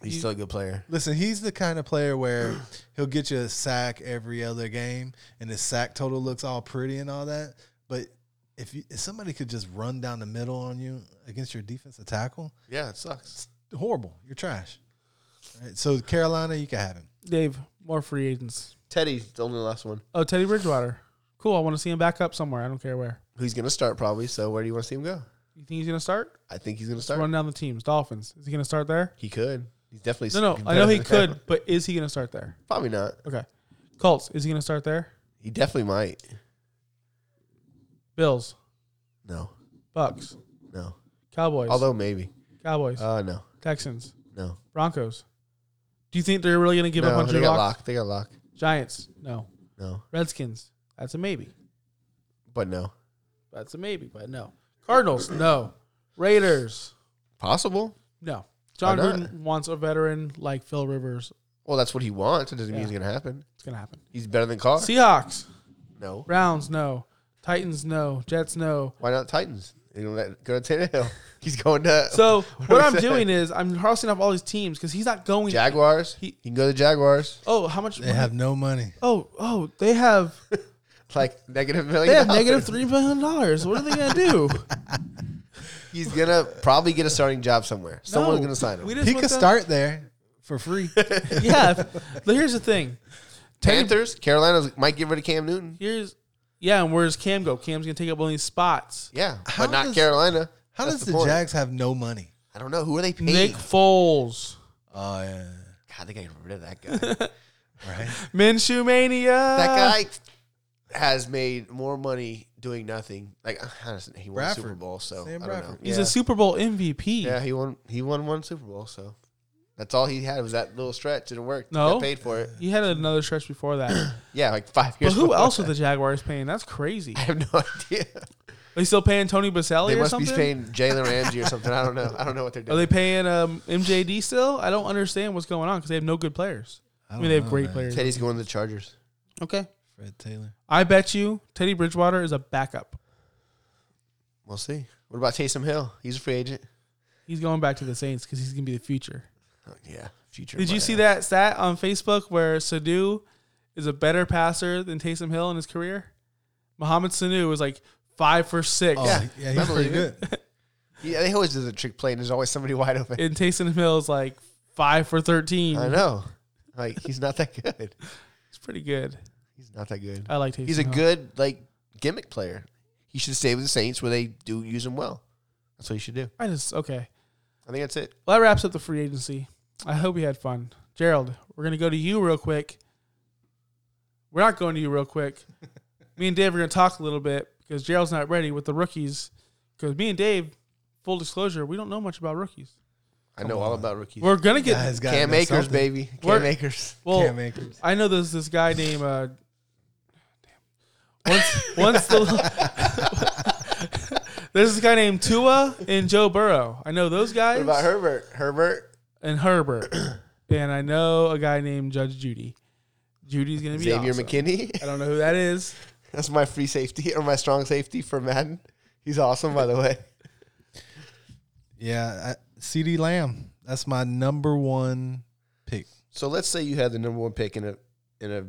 E: He's still a good player.
F: Listen, he's the kind of player where he'll get you a sack every other game, and his sack total looks all pretty and all that. But if, you, if somebody could just run down the middle on you against your defensive tackle,
E: Yeah, it sucks.
F: horrible. You're trash. All right, so Carolina, you can have him.
D: Dave, more free agents.
E: Teddy's the only last one.
D: Oh, Teddy Bridgewater. Cool. I want to see him back up somewhere. I don't care where.
E: He's going to start probably. So where do you want to see him go?
D: You think he's gonna start?
E: I think he's going to
D: Run
E: start.
D: down the teams. Dolphins. Is he gonna start there?
E: He could. He's definitely.
D: No, no. I know he could, but is he gonna start there?
E: Probably not.
D: Okay. Colts. Is he gonna start there?
E: He definitely might.
D: Bills.
E: No,
D: Bucks.
E: no.
D: Cowboys.
E: Although maybe.
D: Cowboys.
E: Uh, no,
D: Texans.
E: no.
D: Broncos. Do you think they're really gonna give
E: no
D: up on
E: they
D: Drew
E: got
D: Lock?
E: lock. They got lock.
D: Giants. No.
E: No,
D: Redskins. That's a maybe.
E: but no.
D: That's a maybe, but no. Cardinals. No. Raiders.
E: Possible.
D: No. John
E: Why not?
D: Gruden wants a veteran like Phil Rivers.
E: Well, that's what he wants. It doesn't mean
D: Yeah.
E: it's going to happen.
D: It's gonna happen.
E: He's better than Carr.
D: Seahawks.
E: no.
D: Browns. No. Titans. No. Jets. No.
E: Why not Titans? You know, let- go to Tannehill. He's going to
D: So what
E: What do I
D: I'm
E: say?
D: doing is I'm crossing off all these teams because he's not going.
E: Jaguars. He,
D: He-
E: can go to Jaguars.
D: oh, how much?
F: They have no money.
D: oh, oh, they have
E: Like negative million.
D: they have
E: dollars.
D: negative three million dollars. What are they gonna do?
E: He's gonna probably get a starting job somewhere. Someone's
D: No.
E: gonna sign him.
D: We just
F: He
D: want
F: could
D: them-
F: start there for free.
D: yeah. if- but here's the thing.
E: Panthers. Carolina might get rid of Cam Newton.
D: Here's yeah, and where's Cam go? Cam's gonna take up one of these spots.
E: Yeah,
F: How
E: but not
F: does-
E: Carolina.
F: How
E: That's
F: does the,
E: point.
F: Jags have no money?
E: I don't know. Who are they paying?
D: Nick Foles,
F: Oh yeah,
E: God, they got rid of that guy. that
F: right.
D: Minshew mania.
E: guy. has made more money doing nothing. Like honestly, he won a Super
F: Bradford.
E: Bowl, so
F: Sam
E: I don't know.
F: Bradford.
D: He's
E: yeah.
D: a Super Bowl MVP.
E: yeah, he won. He won one Super Bowl, so that's all he had was that little stretch, and it worked. He
D: No.
E: got paid for it.
D: He had another stretch before that.
E: Yeah, like five
D: but
E: years.
D: who
E: before
D: else
E: that.
D: are the Jaguars paying? That's crazy.
E: I have no idea.
D: They still paying Tony Baselli
E: They
D: or
E: must
D: something?
E: be paying Jalen Ramsey or something. I don't know. I don't know what they're
D: Are
E: doing.
D: they paying um, MJD still? I don't understand what's going on because they have no good players. I, mean, they have great players.
E: Teddy's going to the Chargers.
D: Okay.
F: Fred Taylor.
D: I bet you Teddy Bridgewater is a backup.
E: We'll see. What about Taysom Hill? He's a free agent.
D: He's going back to the Saints because he's going to be the future.
E: Oh, yeah, future.
D: Did you
E: might
D: see
E: have.
D: that stat on Facebook where Sanu is a better passer than Taysom Hill in his career? Mohamed Sanu was like five for six,
F: Oh,
E: Yeah,
F: yeah,
E: I
F: he's pretty
E: believe it.
F: good.
E: Yeah, they always do the trick play, and there's always somebody wide open.
D: and Taysom Hill is like five for thirteen.
E: I know. Like he's not that good.
D: It's pretty good.
E: He's not that good.
D: I like Taysom.
E: He's a
D: Hill.
E: good like gimmick player. He should stay with the Saints where they do use him well. That's what he should do.
D: I just okay.
E: I think that's it.
D: Well, that wraps up the free agency. I hope you had fun, Gerald. We're gonna go to you real quick. We're not going to you real quick. me and Dave are gonna talk a little bit because Gerald's not ready with the rookies. Because me and Dave, full disclosure, we don't know much about rookies.
E: I know all about rookies.
D: We're gonna get
F: Guys gotta
E: Cam
F: know
E: Akers,
F: something.
E: baby. Cam
D: We're-
E: Akers.
D: well.
F: Cam Akers.
D: I know there's this guy named uh damn. once once the There's this guy named Tua and Joe Burrow. I know those guys
E: What about Herbert? Herbert.
D: and Herbert. and I know a guy named Judge Judy. Judy's gonna be
E: Xavier
D: awesome.
E: McKinney.
D: I don't know who that is.
E: That's my free safety or my strong safety for Madden. He's awesome, by the way.
F: Yeah, I, CD Lamb. That's my number one pick.
E: So let's say you had the number one pick in a in a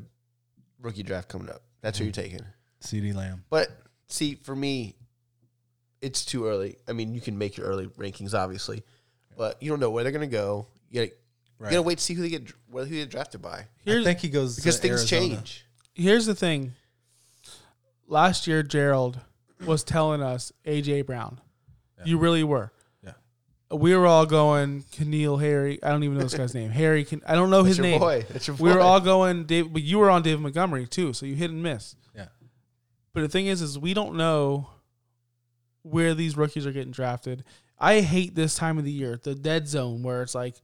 E: rookie draft coming up. That's
F: Mhm.
E: who you're taking.
F: CD Lamb.
E: But see, for me, it's too early. I mean, you can make your early rankings, obviously, but you don't know where they're gonna go. You gotta, you gotta wait to see who they get where who they get drafted by
F: I
D: Here's
F: think he goes
E: because
F: to
E: things
F: Arizona.
E: change.
D: here's the thing. Last year, Gerald was telling us AJ Brown. You really were.
F: Yeah.
D: We were all going Keneal Harry. I don't even know this guy's name. Harry. Can, I don't know his
E: your
D: name.
E: boy. That's your
D: We were
E: boy.
D: all going. Dave, but you were on David Montgomery too, so you hit and miss.
F: Yeah.
D: But the thing is, is we don't know where these rookies are getting drafted. I hate this time of the year, the dead zone, where it's like,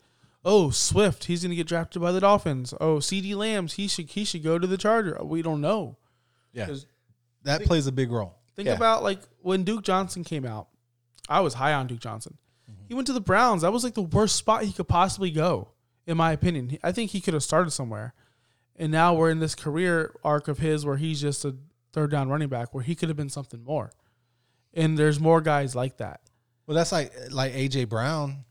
D: oh, Swift, he's going to get drafted by the Dolphins. Oh, C.D. Lamb's, he should he should go to the Charger. We don't know.
F: Yeah.
D: 'Cause
F: That plays a big role.
D: Think
E: Yeah.
D: about like when Duke Johnson came out. I was high on Duke Johnson.
E: Mm-hmm.
D: He went to the Browns. That was like the worst spot he could possibly go, in my opinion. He- I think he could have started somewhere. And now we're in this career arc of his where he's just a third down running back where he could have been something more. And there's more guys like that.
F: Well, that's like like AJ Brown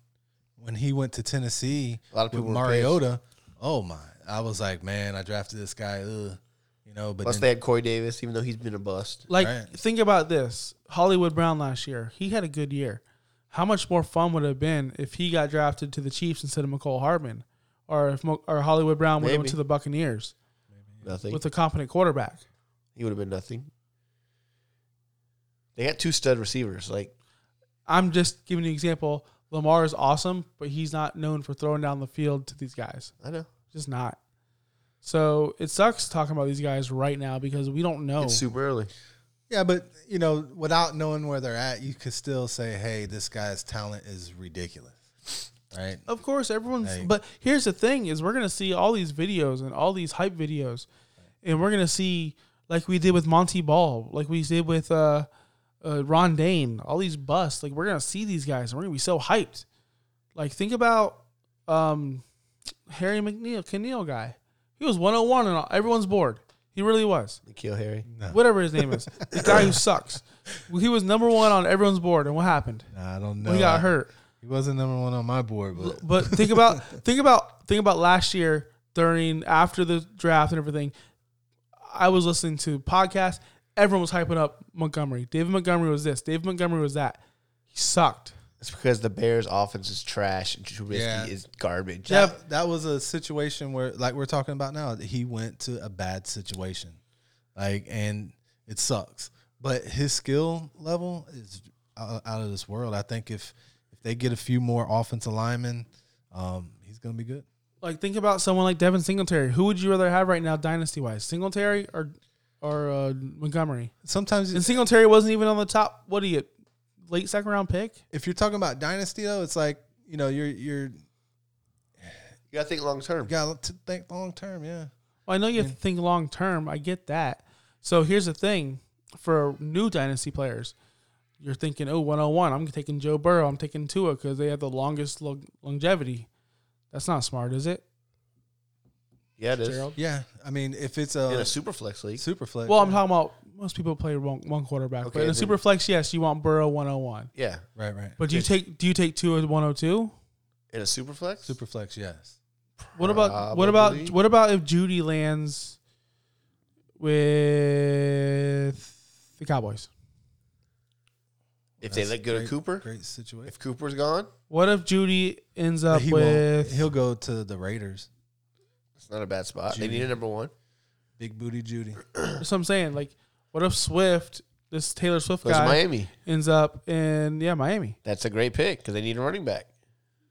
F: when he went to Tennessee.
E: A lot of people
F: with
E: were pissed.
F: Mariota. Oh my! I was like, man, I drafted this guy. Ugh. You know, but
E: Plus,
F: then,
E: they had Corey Davis, even though he's been a bust.
D: Like
F: Right.
D: think about this. Hollywood Brown last year, he had a good year. How much more fun would it have been if he got drafted to the Chiefs instead of McCole Hardman, or if Mo- or Hollywood Brown would have went
E: Maybe.
D: to the Buccaneers?
E: Nothing.
D: with a competent quarterback.
E: he would have been nothing. They got two stud receivers. Like
D: I'm just giving you an example. Lamar is awesome, but he's not known for throwing down the field to these guys.
E: I know
D: Just not. So it sucks talking about these guys right now because we don't know.
E: it's super early.
F: yeah, but you know, without knowing where they're at, you could still say, hey, this guy's talent is ridiculous, right?
D: Of course, everyone's.
F: Hey.
D: But here's the thing: is we're gonna see all these videos and all these hype videos, and we're gonna see like we did with Monty Ball, like we did with uh, uh, Ron Dane, all these busts. Like we're gonna see these guys, and we're gonna be so hyped. Like think about um, Harry McNeil, Keneal guy. He was 101, and all, everyone's bored. He really was.
E: Kill Harry.
D: Whatever his name is, the guy who sucks. He was number one on everyone's board, and what happened?
F: I don't know.
D: Well, he got hurt.
F: He wasn't number one on my board, but
D: But think about think about think about last year during after the draft and everything. I was listening to podcasts. Everyone was hyping up Montgomery. David Montgomery was this. David Montgomery was that. He sucked.
E: It's because the Bears' offense is trash and Trubisky
F: Yeah.
E: is garbage.
F: that, that was a situation where, like we're talking about now, that he went to a bad situation, like, and it sucks. But his skill level is out out of this world. I think if if they get a few more offensive linemen, um, he's gonna be good.
D: Like think about someone like Devin Singletary. Who would you rather have right now, dynasty wise, Singletary or or uh, Montgomery.
F: Sometimes
D: And Singletary wasn't even on the top. What do you? Late second round pick.
F: if you're talking about dynasty though, it's like you know you're you're
E: You gotta think long term.
F: got to think long term. Yeah,
D: Well, I know you have to think long term. I get that. So here's the thing for new dynasty players. You're thinking, oh, 101, I'm taking Joe Burrow, I'm taking Tua because they have the longest lo- longevity. That's not smart, is it?
E: Yeah, it is.
F: yeah. I mean, if it's
E: In a
F: a
E: super flex league.
F: Uh, super flex,
D: Well, I'm talking about most people play one, one quarterback.
E: Okay,
D: but in
E: then-
D: super flex, yes, you want Burrow 101.
E: yeah.
F: right, right.
D: But do you take do you take Tua 102?
E: In a super flex?
F: Super flex, yes.
D: What about what about
E: Probably.
D: what about if Judy lands with the Cowboys?
E: if they
F: That's
E: let go to
F: great-
E: Cooper,
F: great situation.
E: if Cooper's gone,
D: What if Judy ends up
F: He
D: with
F: won't. He'll go to the Raiders.
E: it's not a bad spot.
F: Judy.
E: They need a number one.
F: Big booty Judy.
D: That's what I'm saying. Like, what if Swift, this Taylor Swift
E: Goes to
D: guy,
E: Miami.
D: ends up in yeah Miami?
E: That's a great pick because they need a running back.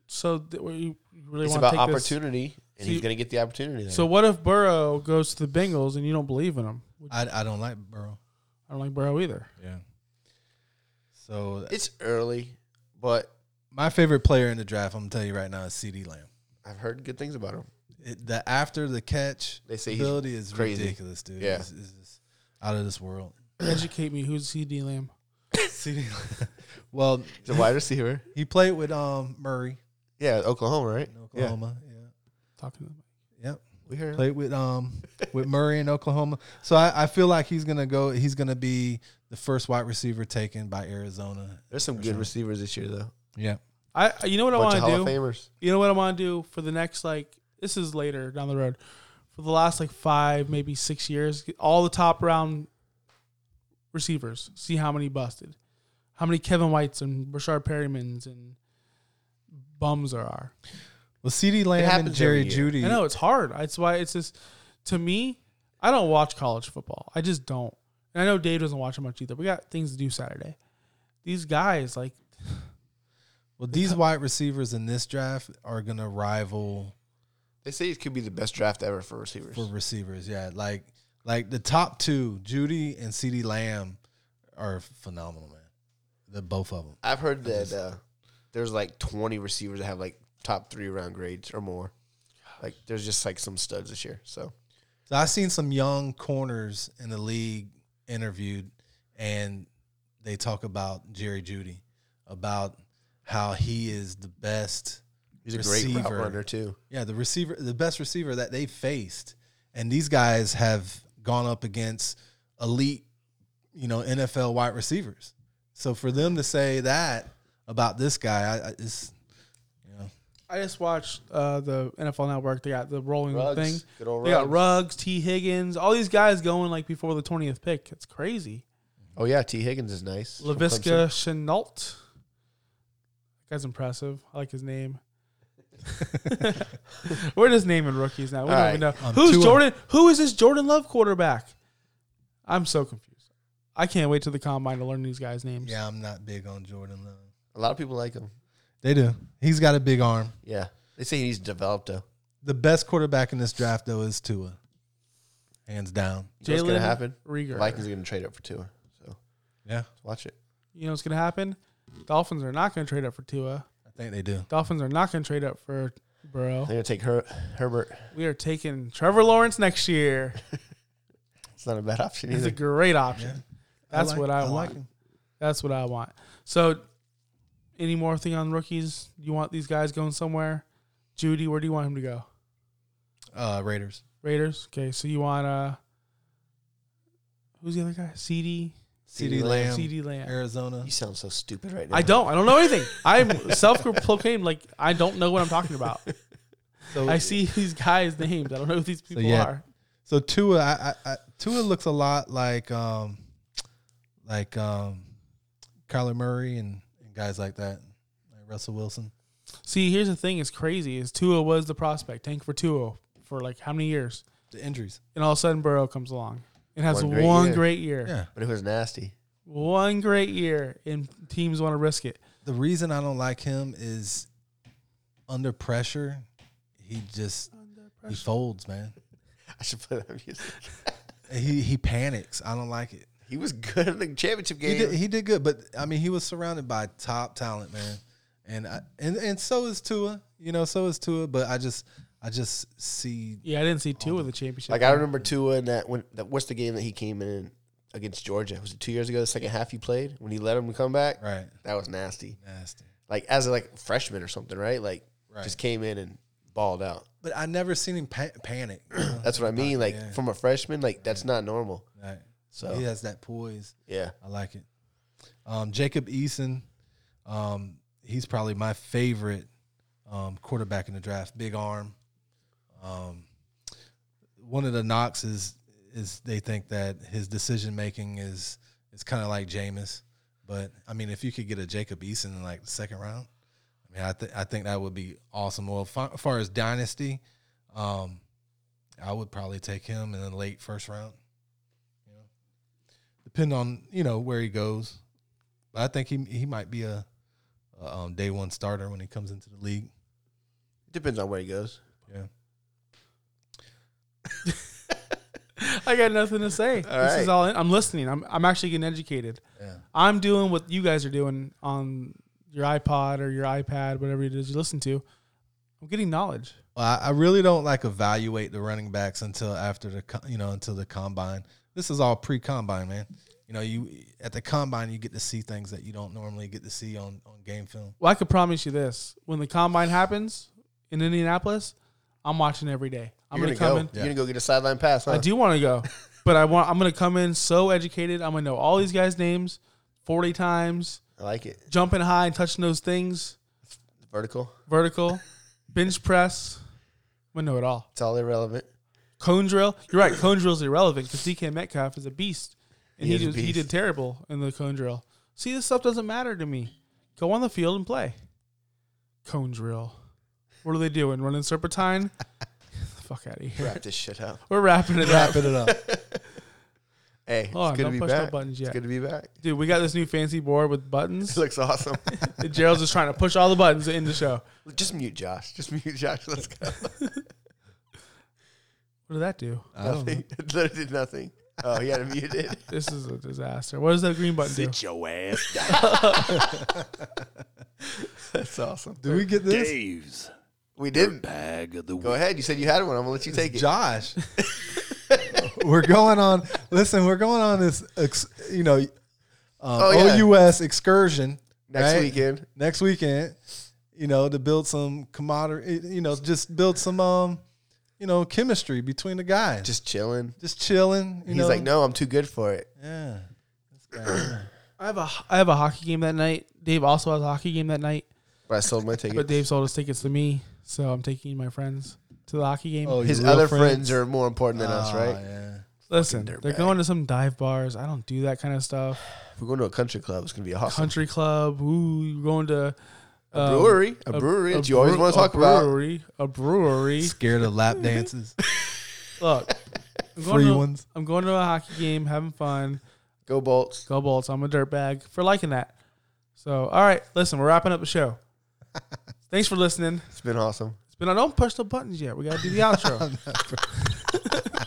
D: So th- where you really
E: It's
D: want
E: about
D: to take this-
E: opportunity, and
D: So
E: he's
D: you-
E: going to get the opportunity. There.
D: So what if Burrow goes to the Bengals and you don't believe in him?
F: I, I don't like Burrow.
D: I don't like Burrow either.
F: Yeah. So
E: it's early, but
F: my favorite player in the draft, I'm gonna tell you right now, is CD Lamb.
E: I've heard good things about him.
F: It, the after the catch
E: They say he's
F: ability is
E: crazy.
F: ridiculous, dude.
E: Yeah.
F: It's, it's just out of this world.
D: Educate me. Who's CD Lamb?
F: CD. Lamb. well,
E: He's a wide receiver.
F: he played with um Murray
E: Yeah, Oklahoma, right?
F: in Oklahoma. Yeah.
D: Talking to him.
F: Yep.
E: We heard.
F: Played with um with Murray in Oklahoma. So I, I feel like he's gonna go. He's gonna be the first wide receiver taken by Arizona.
E: There's some good receivers this year, though.
F: Yeah.
D: I you know what
E: Bunch
D: I
E: of Hall
D: want
E: of
D: to do?
E: Famers.
D: You know what I want to do for the next like this is later down the road. For the last like five, maybe six years, get all the top round receivers. See how many busted, how many Kevin Whites and Rashard Perrymans and bums there are.
F: Well, CD Lamb and
E: happens
F: Jerry
E: every year.
F: Judy.
D: I know it's hard. That's why it's just to me. I don't watch college football. I just don't. And I know Dave doesn't watch it much either. We got things to do Saturday. These guys, like,
F: Well, these wide receivers in this draft are gonna rival
E: They say it could be the best draft ever for receivers.
F: for receivers. Yeah, like like the top two, Judy and CD Lamb, are phenomenal, man. The both of them.
E: I've heard that uh, there's like 20 receivers that have like top three round grades or more. Like there's just like some studs this year. So
F: So I've seen some young corners in the league interviewed, and they talk about Jerry Judy, about how he is the best.
E: he's a great route
F: Receiver.
E: runner too.
F: Yeah, the receiver, the best receiver that they faced, and these guys have gone up against elite, you know, NFL wide receivers. So for them to say that about this guy, I, I it's
D: I just watched uh, the NFL Network. They got the rolling
E: Ruggs.
D: thing.
E: Good old
D: they got
E: Ruggs.
D: Ruggs, T. Higgins, all these guys going like before the twentieth pick. It's crazy.
E: Oh yeah, T Higgins is nice. from
D: Lavisca
E: Clemson.
D: Chenault. Guy's impressive. I like his name. We're just naming rookies now. We
E: All
D: don't
E: right.
D: even know
F: Um,
D: who's
F: Tua.
D: Jordan. Who is this Jordan Love quarterback? I'm so confused. I can't wait to the combine to learn these guys' names.
F: yeah, I'm not big on Jordan Love.
E: A lot of people like him.
F: They do. He's got a big arm.
E: Yeah, they say he needs to develop though.
F: The best quarterback in this draft though is Tua, hands down.
E: You know what's gonna
D: Jalen
E: happen?
D: Reagor.
E: The Vikings are gonna trade up for Tua. So
F: Yeah,
E: watch it.
D: You know what's going to happen? Dolphins are not going to trade up for Tua.
F: I think they do.
D: Dolphins are not going to trade up for Burrow.
E: They're gonna take Her- Herbert.
D: We are taking Trevor Lawrence next year.
E: It's not a bad option
D: It's
E: either.
D: a great option. That's
F: like-
D: what I,
F: I like
D: want.
F: him.
D: That's what I want. So, any more thing on rookies? You want these guys going somewhere? Judy, where do you want him to go?
F: Uh, Raiders.
D: Raiders. Okay, so you want uh, who's the other guy? CD.
F: CD Lamb.
D: CD Lamb.
F: Arizona.
E: you sound so stupid right now.
D: I don't. I don't know anything. I'm self-proclaimed like I don't know what I'm talking about.
F: So,
D: I see these guys' names. I don't know who these people
F: yeah.
D: are.
F: So Tua, I, I, I, Tua looks a lot like um, like um, Kyler Murray and, and guys like that, like Russell Wilson.
D: See, here's the thing: it's crazy. Is Tua was the prospect tank for Tua for like how many years?
F: The injuries.
D: And all of a sudden, Burrow comes along and has one
E: One
D: great
E: great
D: year.
E: year.
F: Yeah.
E: But it was nasty.
D: One great year, and teams want to risk it.
F: The reason I don't like him is under pressure, he just he folds, man.
E: I should play that music.
F: He he panics. I don't like it.
E: He was good in the championship
F: He
E: game.
F: did, he did good, but I mean, he was surrounded by top talent, man, and I, and and so is Tua. You know, so is Tua. But I just I just see
D: Yeah, I didn't see two of the championship.
E: like I remember Tua in that when that what's the game that he came in against Georgia? Was it two years ago? The second half he played when he let him come back.
F: right
E: That was nasty.
F: nasty.
E: Like as a like freshman or something, right? Like just came in and balled out.
F: But I never seen him pa- panic. you know?
E: That's what I mean. Like
F: Yeah.
E: from a freshman, like that's not normal.
F: Right.
E: So-
F: he has that poise.
E: Yeah.
F: I like it. Um, Jacob Eason, um, he's probably my favorite um, quarterback in the draft. Big arm. Um, one of the knocks is is they think that his decision making is is kind of like Jameis, but I mean, if you could get a Jacob Eason in like the second round, I mean, I think I think that would be awesome. Well, fi- as far as dynasty, um, I would probably take him in the late first round depending on you know where he goes. But I think he he might be a, a um, day one starter when he comes into the league.
E: Depends on where he goes.
F: Yeah,
D: I got nothing to say. this
E: right.
D: is all. I'm listening. I'm I'm actually getting educated.
F: yeah,
D: I'm doing what you guys are doing on your iPod or your iPad, whatever it is you listen to. I'm getting knowledge.
F: well, I, I really don't like evaluate the running backs until after the co- you know until the combine. This is all pre combine, man. You know, you at the combine you get to see things that you don't normally get to see on on game film.
D: Well, I could promise you this: when the combine happens in Indianapolis, I'm watching every day. I'm
E: You're
D: gonna,
E: go.
D: come in.
E: You're gonna go get a sideline pass. Huh?
D: I do want to go, but I want. I'm gonna come in so educated. I'm gonna know all these guys' names, forty times,
E: I like it.
D: jumping high and touching those things,
E: Vertical.
D: vertical, bench press. I'm gonna know it all.
E: It's all irrelevant.
D: Cone drill. You're right. Cone drill's irrelevant because DK Metcalf is a beast, and
E: He
D: he,
E: is a
D: was- he
E: beast.
D: did terrible in the cone drill. See, this stuff doesn't matter to me. Go on the field and play. Cone drill. What are they doing? Running serpentine? Fuck out of here.
E: Wrap this shit up.
D: We're wrapping it up,
F: Wrapping it up.
E: Hey, it's
D: Hold on,
E: good to
D: don't
E: be
D: push no
E: back.
D: buttons yet.
E: It's good to be back.
D: dude. We got this new fancy board with buttons.
E: This looks awesome.
D: And Gerald's just trying to push all the buttons to end the show.
E: Just mute Josh. Just mute Josh. Let's go.
D: What did that do?
E: Nothing. Literally did nothing. Oh, he had it muted.
D: This is a disaster. What does that green button do?
E: your ass down. That's awesome.
F: Did we get this?
G: Dave's
E: We didn't.
G: bag of the
E: Go ahead. You said you had one. I'm gonna let you take it.
F: Josh. we're going on. Listen, we're going on this, ex, you know, um,
E: Oh, yeah.
F: OUS excursion
E: Next
F: right?
E: weekend.
F: Next weekend, you know, to build some camaraderie, you know, just build some, um, you know, chemistry between the guys. Just,
E: Just chilling.
F: just chilling. You
E: He's
F: know?
E: like, no, I'm too good for it.
F: Yeah.
D: I have a I have a hockey game that night. Dave also has a hockey game that night,
E: But I sold my ticket.
D: but Dave sold his tickets to me, so I'm taking my friends to the hockey game.
F: Oh,
E: His
F: your real
E: other friends? are more important than us,
F: Oh,
E: right?
F: Yeah.
D: Listen, they're
E: fucking dirtbag.
D: going to some dive bars. I don't do that kind of stuff.
E: If we're going to a country club. It's gonna be awesome.
D: Country club. Ooh, you're going to
E: a brewery. A, brewery that you always
D: brew-
E: want to talk
D: a
E: about.
D: brewery, A brewery.
F: Scared of lap dances.
D: Look, I'm going
F: Free
D: to-
F: ones.
D: I'm going to a hockey game, having fun.
E: Go Bolts.
D: Go Bolts. I'm a dirtbag for liking that. So, all right, listen, we're wrapping up the show. Thanks for listening.
E: It's been awesome.
D: It's been, I don't push the buttons yet. We got to do the outro.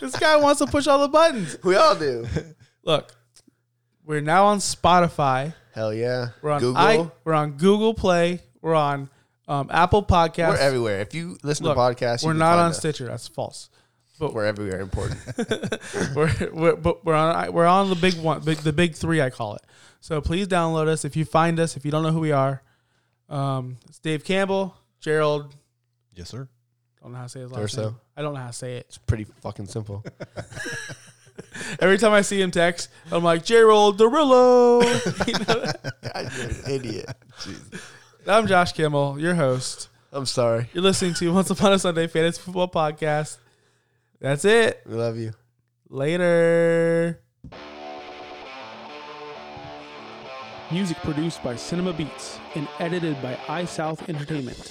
D: this guy wants to push all the buttons.
E: We all do.
D: Look, we're now on Spotify.
E: Hell yeah.
D: We're on
E: Google.
D: I, we're on Google Play. We're on um, Apple Podcasts.
E: We're everywhere. If you listen
D: Look,
E: to podcasts, you
D: we're
E: can
D: not
E: find
D: on
E: us.
D: Stitcher. That's false. But we're
E: We're everywhere. Important.
D: we're, we're but we're on we're on the big one, big, the big three, I call it. So please download us if you find us. If you don't know who we are, um, it's Dave Campbell, Gerald.
F: yes, sir.
D: I don't know how to say his last
E: Durso.
D: name. I don't know how to say it.
E: it's pretty fucking simple.
D: Every time I see him text, I'm like Gerald Derillo. You know?
E: God, you're an idiot. Jesus.
D: I'm Josh Kimmel, your host.
E: I'm sorry.
D: You're listening to Once Upon a Sunday Fantasy Football Podcast. That's it.
E: We love you.
D: Later. Music produced by Cinema Beats and edited by iSouth Entertainment.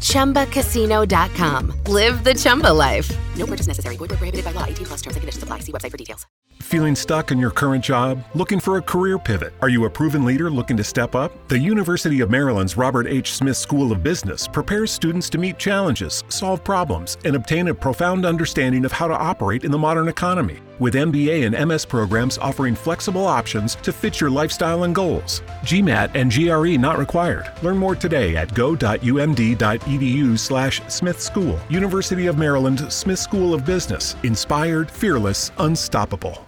C: ChumbaCasino.com. Live the Chumba life. No purchase necessary. Void where prohibited by law. 18 plus terms and conditions apply. See website for details.
G: Feeling stuck in your current job? Looking for a career pivot? Are you a proven leader looking to step up? The University of Maryland's Robert H. Smith School of Business prepares students to meet challenges, solve problems, and obtain a profound understanding of how to operate in the modern economy. With MBA and MS programs offering flexible options to fit your lifestyle and goals. GMAT and GRE not required. Learn more today at go.umd.edu E slash Smith School. University of Maryland Smith School of Business. Inspired, fearless, unstoppable.